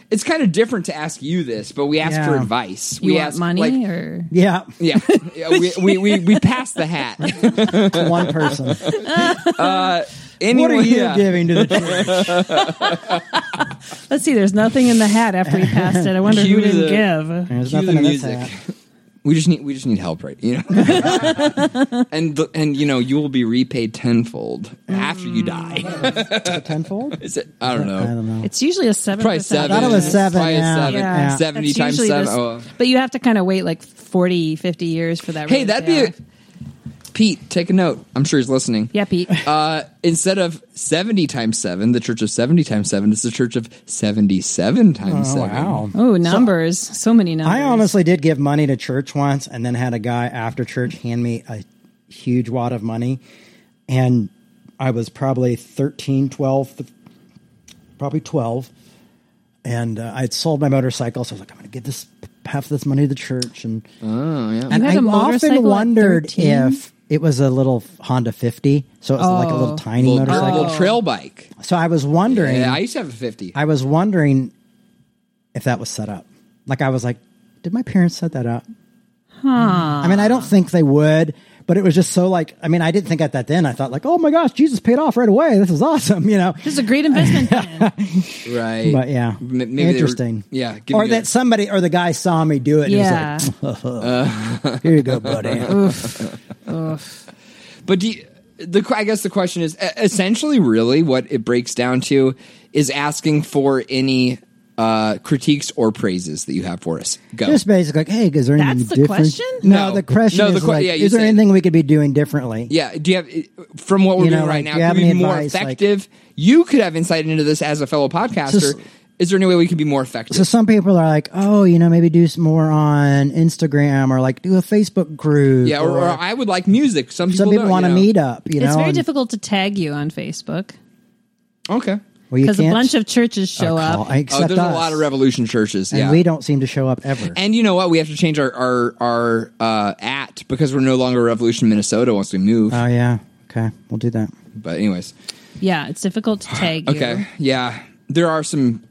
[SPEAKER 2] it's kind of different to ask you this, but we ask
[SPEAKER 3] Yeah.
[SPEAKER 2] for advice.
[SPEAKER 4] You
[SPEAKER 2] we
[SPEAKER 4] want
[SPEAKER 2] ask
[SPEAKER 4] money
[SPEAKER 2] like-
[SPEAKER 4] or
[SPEAKER 3] Yeah,
[SPEAKER 2] yeah, yeah we, we, we, we pass the hat.
[SPEAKER 3] to one person.
[SPEAKER 2] Anyone,
[SPEAKER 3] what are you
[SPEAKER 2] yeah.
[SPEAKER 3] giving to the church?
[SPEAKER 4] let's see. There's nothing in the hat after you passed it. I wonder
[SPEAKER 2] Cue
[SPEAKER 4] who didn't
[SPEAKER 2] the-
[SPEAKER 4] give.
[SPEAKER 3] There's
[SPEAKER 2] Cue
[SPEAKER 3] nothing
[SPEAKER 2] the
[SPEAKER 3] in this
[SPEAKER 2] music.
[SPEAKER 3] hat.
[SPEAKER 2] We just need we just need help, right? You know, and the- and you know you will be repaid tenfold after you
[SPEAKER 3] Mm.
[SPEAKER 2] die.
[SPEAKER 3] A tenfold?
[SPEAKER 2] Is it? I don't know.
[SPEAKER 3] I don't know.
[SPEAKER 4] It's usually a seven.
[SPEAKER 2] Probably seven.
[SPEAKER 3] thought it was seven,
[SPEAKER 2] Probably
[SPEAKER 3] yeah.
[SPEAKER 2] seven.
[SPEAKER 3] Yeah. Yeah.
[SPEAKER 2] Seventy
[SPEAKER 4] That's
[SPEAKER 2] times
[SPEAKER 4] usually
[SPEAKER 2] seven.
[SPEAKER 4] this-
[SPEAKER 2] oh.
[SPEAKER 4] But you have to kind of wait like 40, 50 years for that.
[SPEAKER 2] Hey,
[SPEAKER 4] really
[SPEAKER 2] that'd
[SPEAKER 4] to
[SPEAKER 2] be
[SPEAKER 4] happen.
[SPEAKER 2] a, Pete. Take a note. I'm sure he's listening.
[SPEAKER 4] yeah, Pete.
[SPEAKER 2] Uh, instead of seventy times seven, the church of seventy times seven is the church of seventy-seven times
[SPEAKER 3] Oh,
[SPEAKER 2] seven.
[SPEAKER 3] wow.
[SPEAKER 4] Oh, numbers. So, many numbers.
[SPEAKER 3] I honestly did give money to church once, and then had a guy after church hand me a huge wad of money, and I was probably 13, 12, th- probably 12, and uh, I had sold my motorcycle, so I was like, I'm going to give this half of this money to the church, and
[SPEAKER 2] Oh yeah.
[SPEAKER 3] and
[SPEAKER 4] had
[SPEAKER 3] I
[SPEAKER 4] a motorcycle
[SPEAKER 3] often
[SPEAKER 4] at
[SPEAKER 3] wondered
[SPEAKER 4] 13?
[SPEAKER 3] if it was a little Honda 50, so it was like a
[SPEAKER 4] Oh.
[SPEAKER 3] little tiny
[SPEAKER 2] little,
[SPEAKER 3] motorcycle.
[SPEAKER 2] little trail bike.
[SPEAKER 3] So I was wondering,
[SPEAKER 2] Yeah, I used to have a fifty.
[SPEAKER 3] I was wondering if that was set up. Like I was like, did my parents set that up? I mean, I don't think they would, but it was just so like I mean, I didn't think at that then. I thought like, oh my gosh, Jesus paid off right away. This is awesome, you know.
[SPEAKER 4] This is a great investment plan.
[SPEAKER 2] right.
[SPEAKER 3] But yeah,
[SPEAKER 2] M- maybe they were-
[SPEAKER 3] interesting.
[SPEAKER 2] yeah, give
[SPEAKER 3] or
[SPEAKER 2] me
[SPEAKER 3] that
[SPEAKER 2] a-
[SPEAKER 3] somebody or the guy saw me do it. And
[SPEAKER 4] yeah.
[SPEAKER 3] he was like, here you go, buddy.
[SPEAKER 2] But do you, the I guess the question is e- essentially really what it breaks down to is asking for any uh, critiques or praises that you have for us. Go.
[SPEAKER 3] Just basically, like, hey, is there anything
[SPEAKER 4] That's the
[SPEAKER 3] different?
[SPEAKER 4] question?
[SPEAKER 3] No,
[SPEAKER 2] No.
[SPEAKER 3] the question
[SPEAKER 2] No, the
[SPEAKER 3] is
[SPEAKER 2] que-
[SPEAKER 3] like,
[SPEAKER 2] yeah, you
[SPEAKER 3] is there
[SPEAKER 2] said-
[SPEAKER 3] anything we could be doing differently?
[SPEAKER 2] yeah. Do you have from what we're
[SPEAKER 3] You know,
[SPEAKER 2] doing right
[SPEAKER 3] like,
[SPEAKER 2] now?
[SPEAKER 3] do you have
[SPEAKER 2] Can we be
[SPEAKER 3] any
[SPEAKER 2] more
[SPEAKER 3] advice, like-
[SPEAKER 2] effective? you could have insight into this as a fellow podcaster.
[SPEAKER 3] So s-
[SPEAKER 2] is there any way we can be more effective?
[SPEAKER 3] So some people are like, oh, you know, maybe do some more on Instagram or like do a Facebook group.
[SPEAKER 2] yeah, or, or I would like music. Some people,
[SPEAKER 3] some people
[SPEAKER 2] don't,
[SPEAKER 3] want to
[SPEAKER 2] you know.
[SPEAKER 3] meet up. You know,
[SPEAKER 4] it's very
[SPEAKER 3] and-
[SPEAKER 4] difficult to tag you on Facebook
[SPEAKER 2] Okay.
[SPEAKER 3] well, you
[SPEAKER 4] because a
[SPEAKER 3] can't
[SPEAKER 4] bunch of churches
[SPEAKER 3] call-
[SPEAKER 4] show up.
[SPEAKER 2] Oh,
[SPEAKER 3] Except
[SPEAKER 2] there's
[SPEAKER 3] us.
[SPEAKER 2] a lot of Revolution churches.
[SPEAKER 3] and
[SPEAKER 2] yeah,
[SPEAKER 3] we don't seem to show up ever.
[SPEAKER 2] And you know what? We have to change our our, our uh, at because we're no longer Revolution Minnesota once we move.
[SPEAKER 3] oh yeah, okay, we'll do that.
[SPEAKER 2] but anyways,
[SPEAKER 4] yeah, it's difficult to tag you.
[SPEAKER 2] okay, yeah, there are some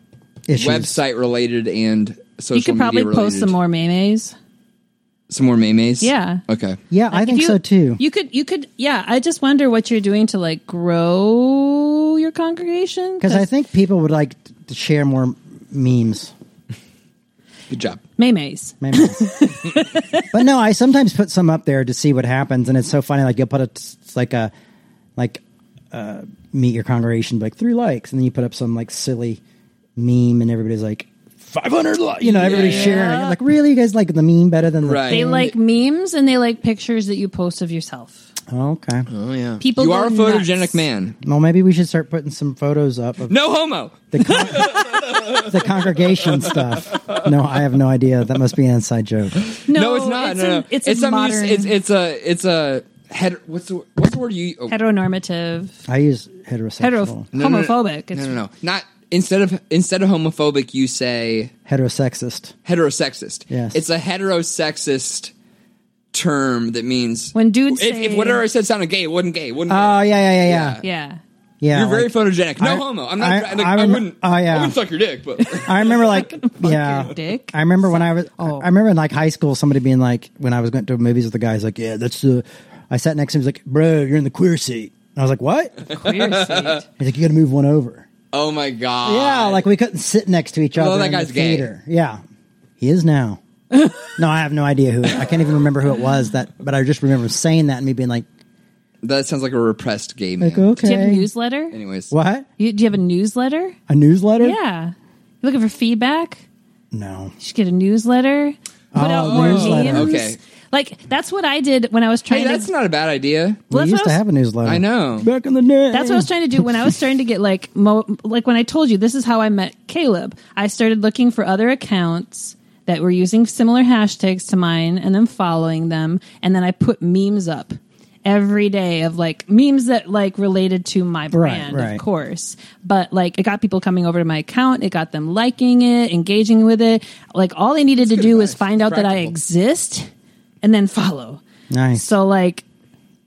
[SPEAKER 3] Issues.
[SPEAKER 2] website related and social.
[SPEAKER 4] You could probably
[SPEAKER 2] media
[SPEAKER 4] post
[SPEAKER 2] related-
[SPEAKER 4] some more memes.
[SPEAKER 2] some more memes.
[SPEAKER 4] Yeah.
[SPEAKER 2] Okay.
[SPEAKER 3] Yeah, I
[SPEAKER 4] Like, if
[SPEAKER 3] think
[SPEAKER 4] you-
[SPEAKER 3] so too.
[SPEAKER 4] You could, you could, yeah. I just wonder what you're doing to like grow your congregation
[SPEAKER 3] Because I think people would like t- to share more memes.
[SPEAKER 2] Good job.
[SPEAKER 4] memes.
[SPEAKER 3] Maybe. but no, I sometimes put some up there to see what happens, and it's so funny. Like you'll put a it's like a like uh, meet your congregation like three likes, and then you put up some like silly meme, and everybody's like five hundred, you know, everybody's sharing. it. Like really, you guys like the meme better than the
[SPEAKER 2] Right.
[SPEAKER 4] They
[SPEAKER 2] And-
[SPEAKER 4] like memes and they like pictures that you post of yourself.
[SPEAKER 3] Okay,
[SPEAKER 2] Oh yeah.
[SPEAKER 4] People
[SPEAKER 2] you
[SPEAKER 4] go
[SPEAKER 2] are a
[SPEAKER 4] nuts.
[SPEAKER 2] photogenic man.
[SPEAKER 3] well maybe we should start putting some photos up of
[SPEAKER 2] No homo.
[SPEAKER 3] the con- the congregation stuff. No, I have no idea. That must be an inside joke.
[SPEAKER 4] No,
[SPEAKER 2] it's not.
[SPEAKER 4] It's
[SPEAKER 2] no, no.
[SPEAKER 4] an- it's, a
[SPEAKER 2] something you s-
[SPEAKER 4] modern
[SPEAKER 2] it's it's a it's a head. What's the what's the word you? Oh,
[SPEAKER 4] heteronormative,
[SPEAKER 3] I use heterosexual,
[SPEAKER 4] hetero
[SPEAKER 2] no, no, no.
[SPEAKER 4] homophobic.
[SPEAKER 2] No,
[SPEAKER 4] It's-
[SPEAKER 2] no, no. Not instead of instead of homophobic, you say
[SPEAKER 3] heterosexist.
[SPEAKER 2] heterosexist.
[SPEAKER 3] Yes.
[SPEAKER 2] It's a heterosexist term that means
[SPEAKER 4] When dudes
[SPEAKER 2] if,
[SPEAKER 4] say-
[SPEAKER 2] if whatever I said sounded gay, it wasn't gay. It wouldn't.
[SPEAKER 3] Oh yeah, yeah, yeah, yeah.
[SPEAKER 4] Yeah.
[SPEAKER 3] yeah
[SPEAKER 2] You're very
[SPEAKER 3] like-
[SPEAKER 2] photogenic. No
[SPEAKER 3] I-
[SPEAKER 2] homo. I'm not.
[SPEAKER 3] I-
[SPEAKER 2] I, like,
[SPEAKER 3] I
[SPEAKER 2] I,
[SPEAKER 3] rem-
[SPEAKER 2] wouldn't.
[SPEAKER 3] oh, yeah.
[SPEAKER 2] I wouldn't suck your dick, but
[SPEAKER 3] I remember like yeah,
[SPEAKER 4] your dick.
[SPEAKER 3] I remember when I was.
[SPEAKER 4] Oh.
[SPEAKER 3] I remember in like high school, somebody being like, when I was going to movies with the guys, like, yeah, that's the. I sat next to him. He's like, bro, you're in the queer seat. And I was like, what?
[SPEAKER 4] Queer seed.
[SPEAKER 3] He's like, you got to move one over.
[SPEAKER 2] oh my god.
[SPEAKER 3] Yeah, like we couldn't sit next to each other.
[SPEAKER 2] Well, that
[SPEAKER 3] in the
[SPEAKER 2] guy's gay.
[SPEAKER 3] theater. Yeah, he is now. no, I have no idea who. I can't even remember who it was that, but I just remember saying that and me being like,
[SPEAKER 2] that sounds like a repressed gay man.
[SPEAKER 3] like okay,
[SPEAKER 4] Do you have a newsletter?
[SPEAKER 2] Anyways,
[SPEAKER 3] what
[SPEAKER 4] You, do you have a newsletter?
[SPEAKER 3] a newsletter?
[SPEAKER 4] Yeah. You looking for feedback?
[SPEAKER 3] no,
[SPEAKER 4] You should get a newsletter. Put out more
[SPEAKER 3] Oh, newsletter.
[SPEAKER 4] memes.
[SPEAKER 2] Okay.
[SPEAKER 4] Like that's what I did when I was
[SPEAKER 2] hey,
[SPEAKER 4] trying
[SPEAKER 2] that's
[SPEAKER 4] to.
[SPEAKER 2] not a bad idea.
[SPEAKER 4] Well,
[SPEAKER 3] we
[SPEAKER 4] that's
[SPEAKER 3] used
[SPEAKER 4] what
[SPEAKER 3] to
[SPEAKER 4] I was-
[SPEAKER 3] have a newsletter.
[SPEAKER 2] I know.
[SPEAKER 3] back in the day.
[SPEAKER 4] That's what I was trying to do when I was starting to get like mo- like when I told you this is how I met Caleb. I started looking for other accounts that were using similar hashtags to mine and then following them and then I put memes up every day of like memes that like related to my brand
[SPEAKER 3] right.
[SPEAKER 4] of course but like it got people coming over to my account it got them liking it engaging with it like all they needed to do was
[SPEAKER 2] advice.
[SPEAKER 4] find out that i
[SPEAKER 2] Practical.
[SPEAKER 4] exist and then follow
[SPEAKER 3] Nice.
[SPEAKER 4] so like,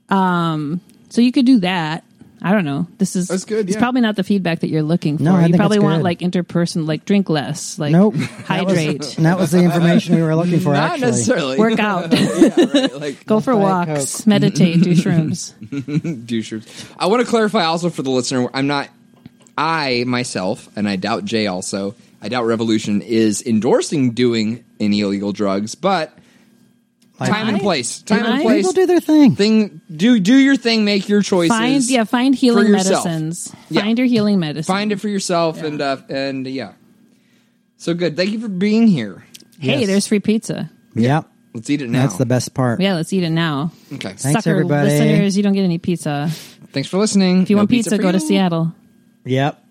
[SPEAKER 4] um, so you could do that. I don't know. This is
[SPEAKER 2] That's good,
[SPEAKER 4] It's
[SPEAKER 2] yeah.
[SPEAKER 4] probably not the feedback that you're looking for.
[SPEAKER 3] No, I
[SPEAKER 4] you
[SPEAKER 3] think
[SPEAKER 4] probably
[SPEAKER 3] it's
[SPEAKER 4] want
[SPEAKER 3] good.
[SPEAKER 4] like interperson, like drink less, like
[SPEAKER 3] Nope. That was,
[SPEAKER 4] hydrate,
[SPEAKER 3] that was the information we were looking for.
[SPEAKER 2] Not
[SPEAKER 3] actually.
[SPEAKER 2] necessarily.
[SPEAKER 4] work out,
[SPEAKER 2] yeah, right. Like
[SPEAKER 4] go for
[SPEAKER 3] Diet
[SPEAKER 4] walks, meditate, do shrooms.
[SPEAKER 2] douchers. I want to clarify also for the listener. I'm not. I myself, and I doubt Jay also. I doubt Revolution is endorsing doing any illegal drugs, but
[SPEAKER 3] Like-
[SPEAKER 2] time and
[SPEAKER 4] I-
[SPEAKER 2] place. Time
[SPEAKER 4] I-
[SPEAKER 2] and place.
[SPEAKER 3] People do their thing.
[SPEAKER 2] thing. Do do your thing. Make your choices.
[SPEAKER 4] Find yeah, find healing
[SPEAKER 2] yourself.
[SPEAKER 4] medicines.
[SPEAKER 2] Yeah.
[SPEAKER 4] Find your healing medicine.
[SPEAKER 2] Find it for yourself, and uh, and yeah. So good. Thank you for being here.
[SPEAKER 4] hey,
[SPEAKER 3] Yes.
[SPEAKER 4] there's free pizza.
[SPEAKER 3] Yep.
[SPEAKER 2] Let's eat it now.
[SPEAKER 3] That's the best part.
[SPEAKER 4] Yeah, let's eat it now.
[SPEAKER 2] Okay.
[SPEAKER 3] Thanks,
[SPEAKER 4] Sucker
[SPEAKER 3] everybody.
[SPEAKER 4] listeners, you don't get any pizza.
[SPEAKER 2] Thanks for listening.
[SPEAKER 4] If you want pizza, go to Seattle.
[SPEAKER 3] Yep.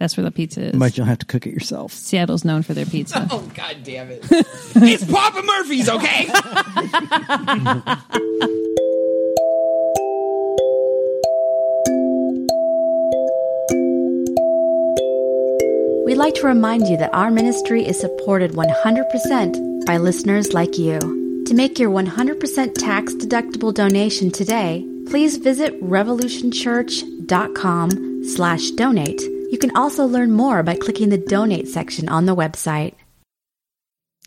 [SPEAKER 4] That's where the pizza is.
[SPEAKER 3] But you'll have to cook it yourself.
[SPEAKER 4] Seattle's known for their pizza.
[SPEAKER 2] Oh God damn it! it's Papa Murphy's. Okay.
[SPEAKER 1] We'd like to remind you that our ministry is supported 100% by listeners like you. To make your 100% tax deductible donation today, please visit revolutionchurch.com slash donate. You can also learn more by clicking the donate section on the website.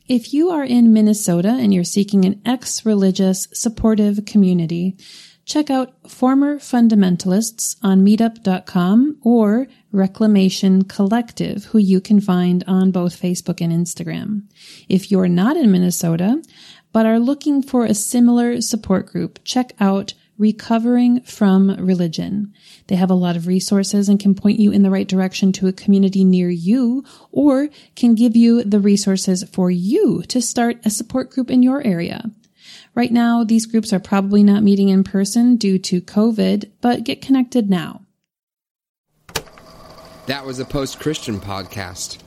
[SPEAKER 4] If you are in Minnesota and you're seeking an ex religious supportive community, check out Former Fundamentalists on meetup.com or Reclamation Collective, who you can find on both Facebook and Instagram. If you're not in Minnesota, but are looking for a similar support group, check out Recovering from Religion. They have a lot of resources and can point you in the right direction to a community near you or can give you the resources for you to start a support group in your area. Right now, these groups are probably not meeting in person due to COVID, but get connected now.
[SPEAKER 2] That was a post Christian podcast.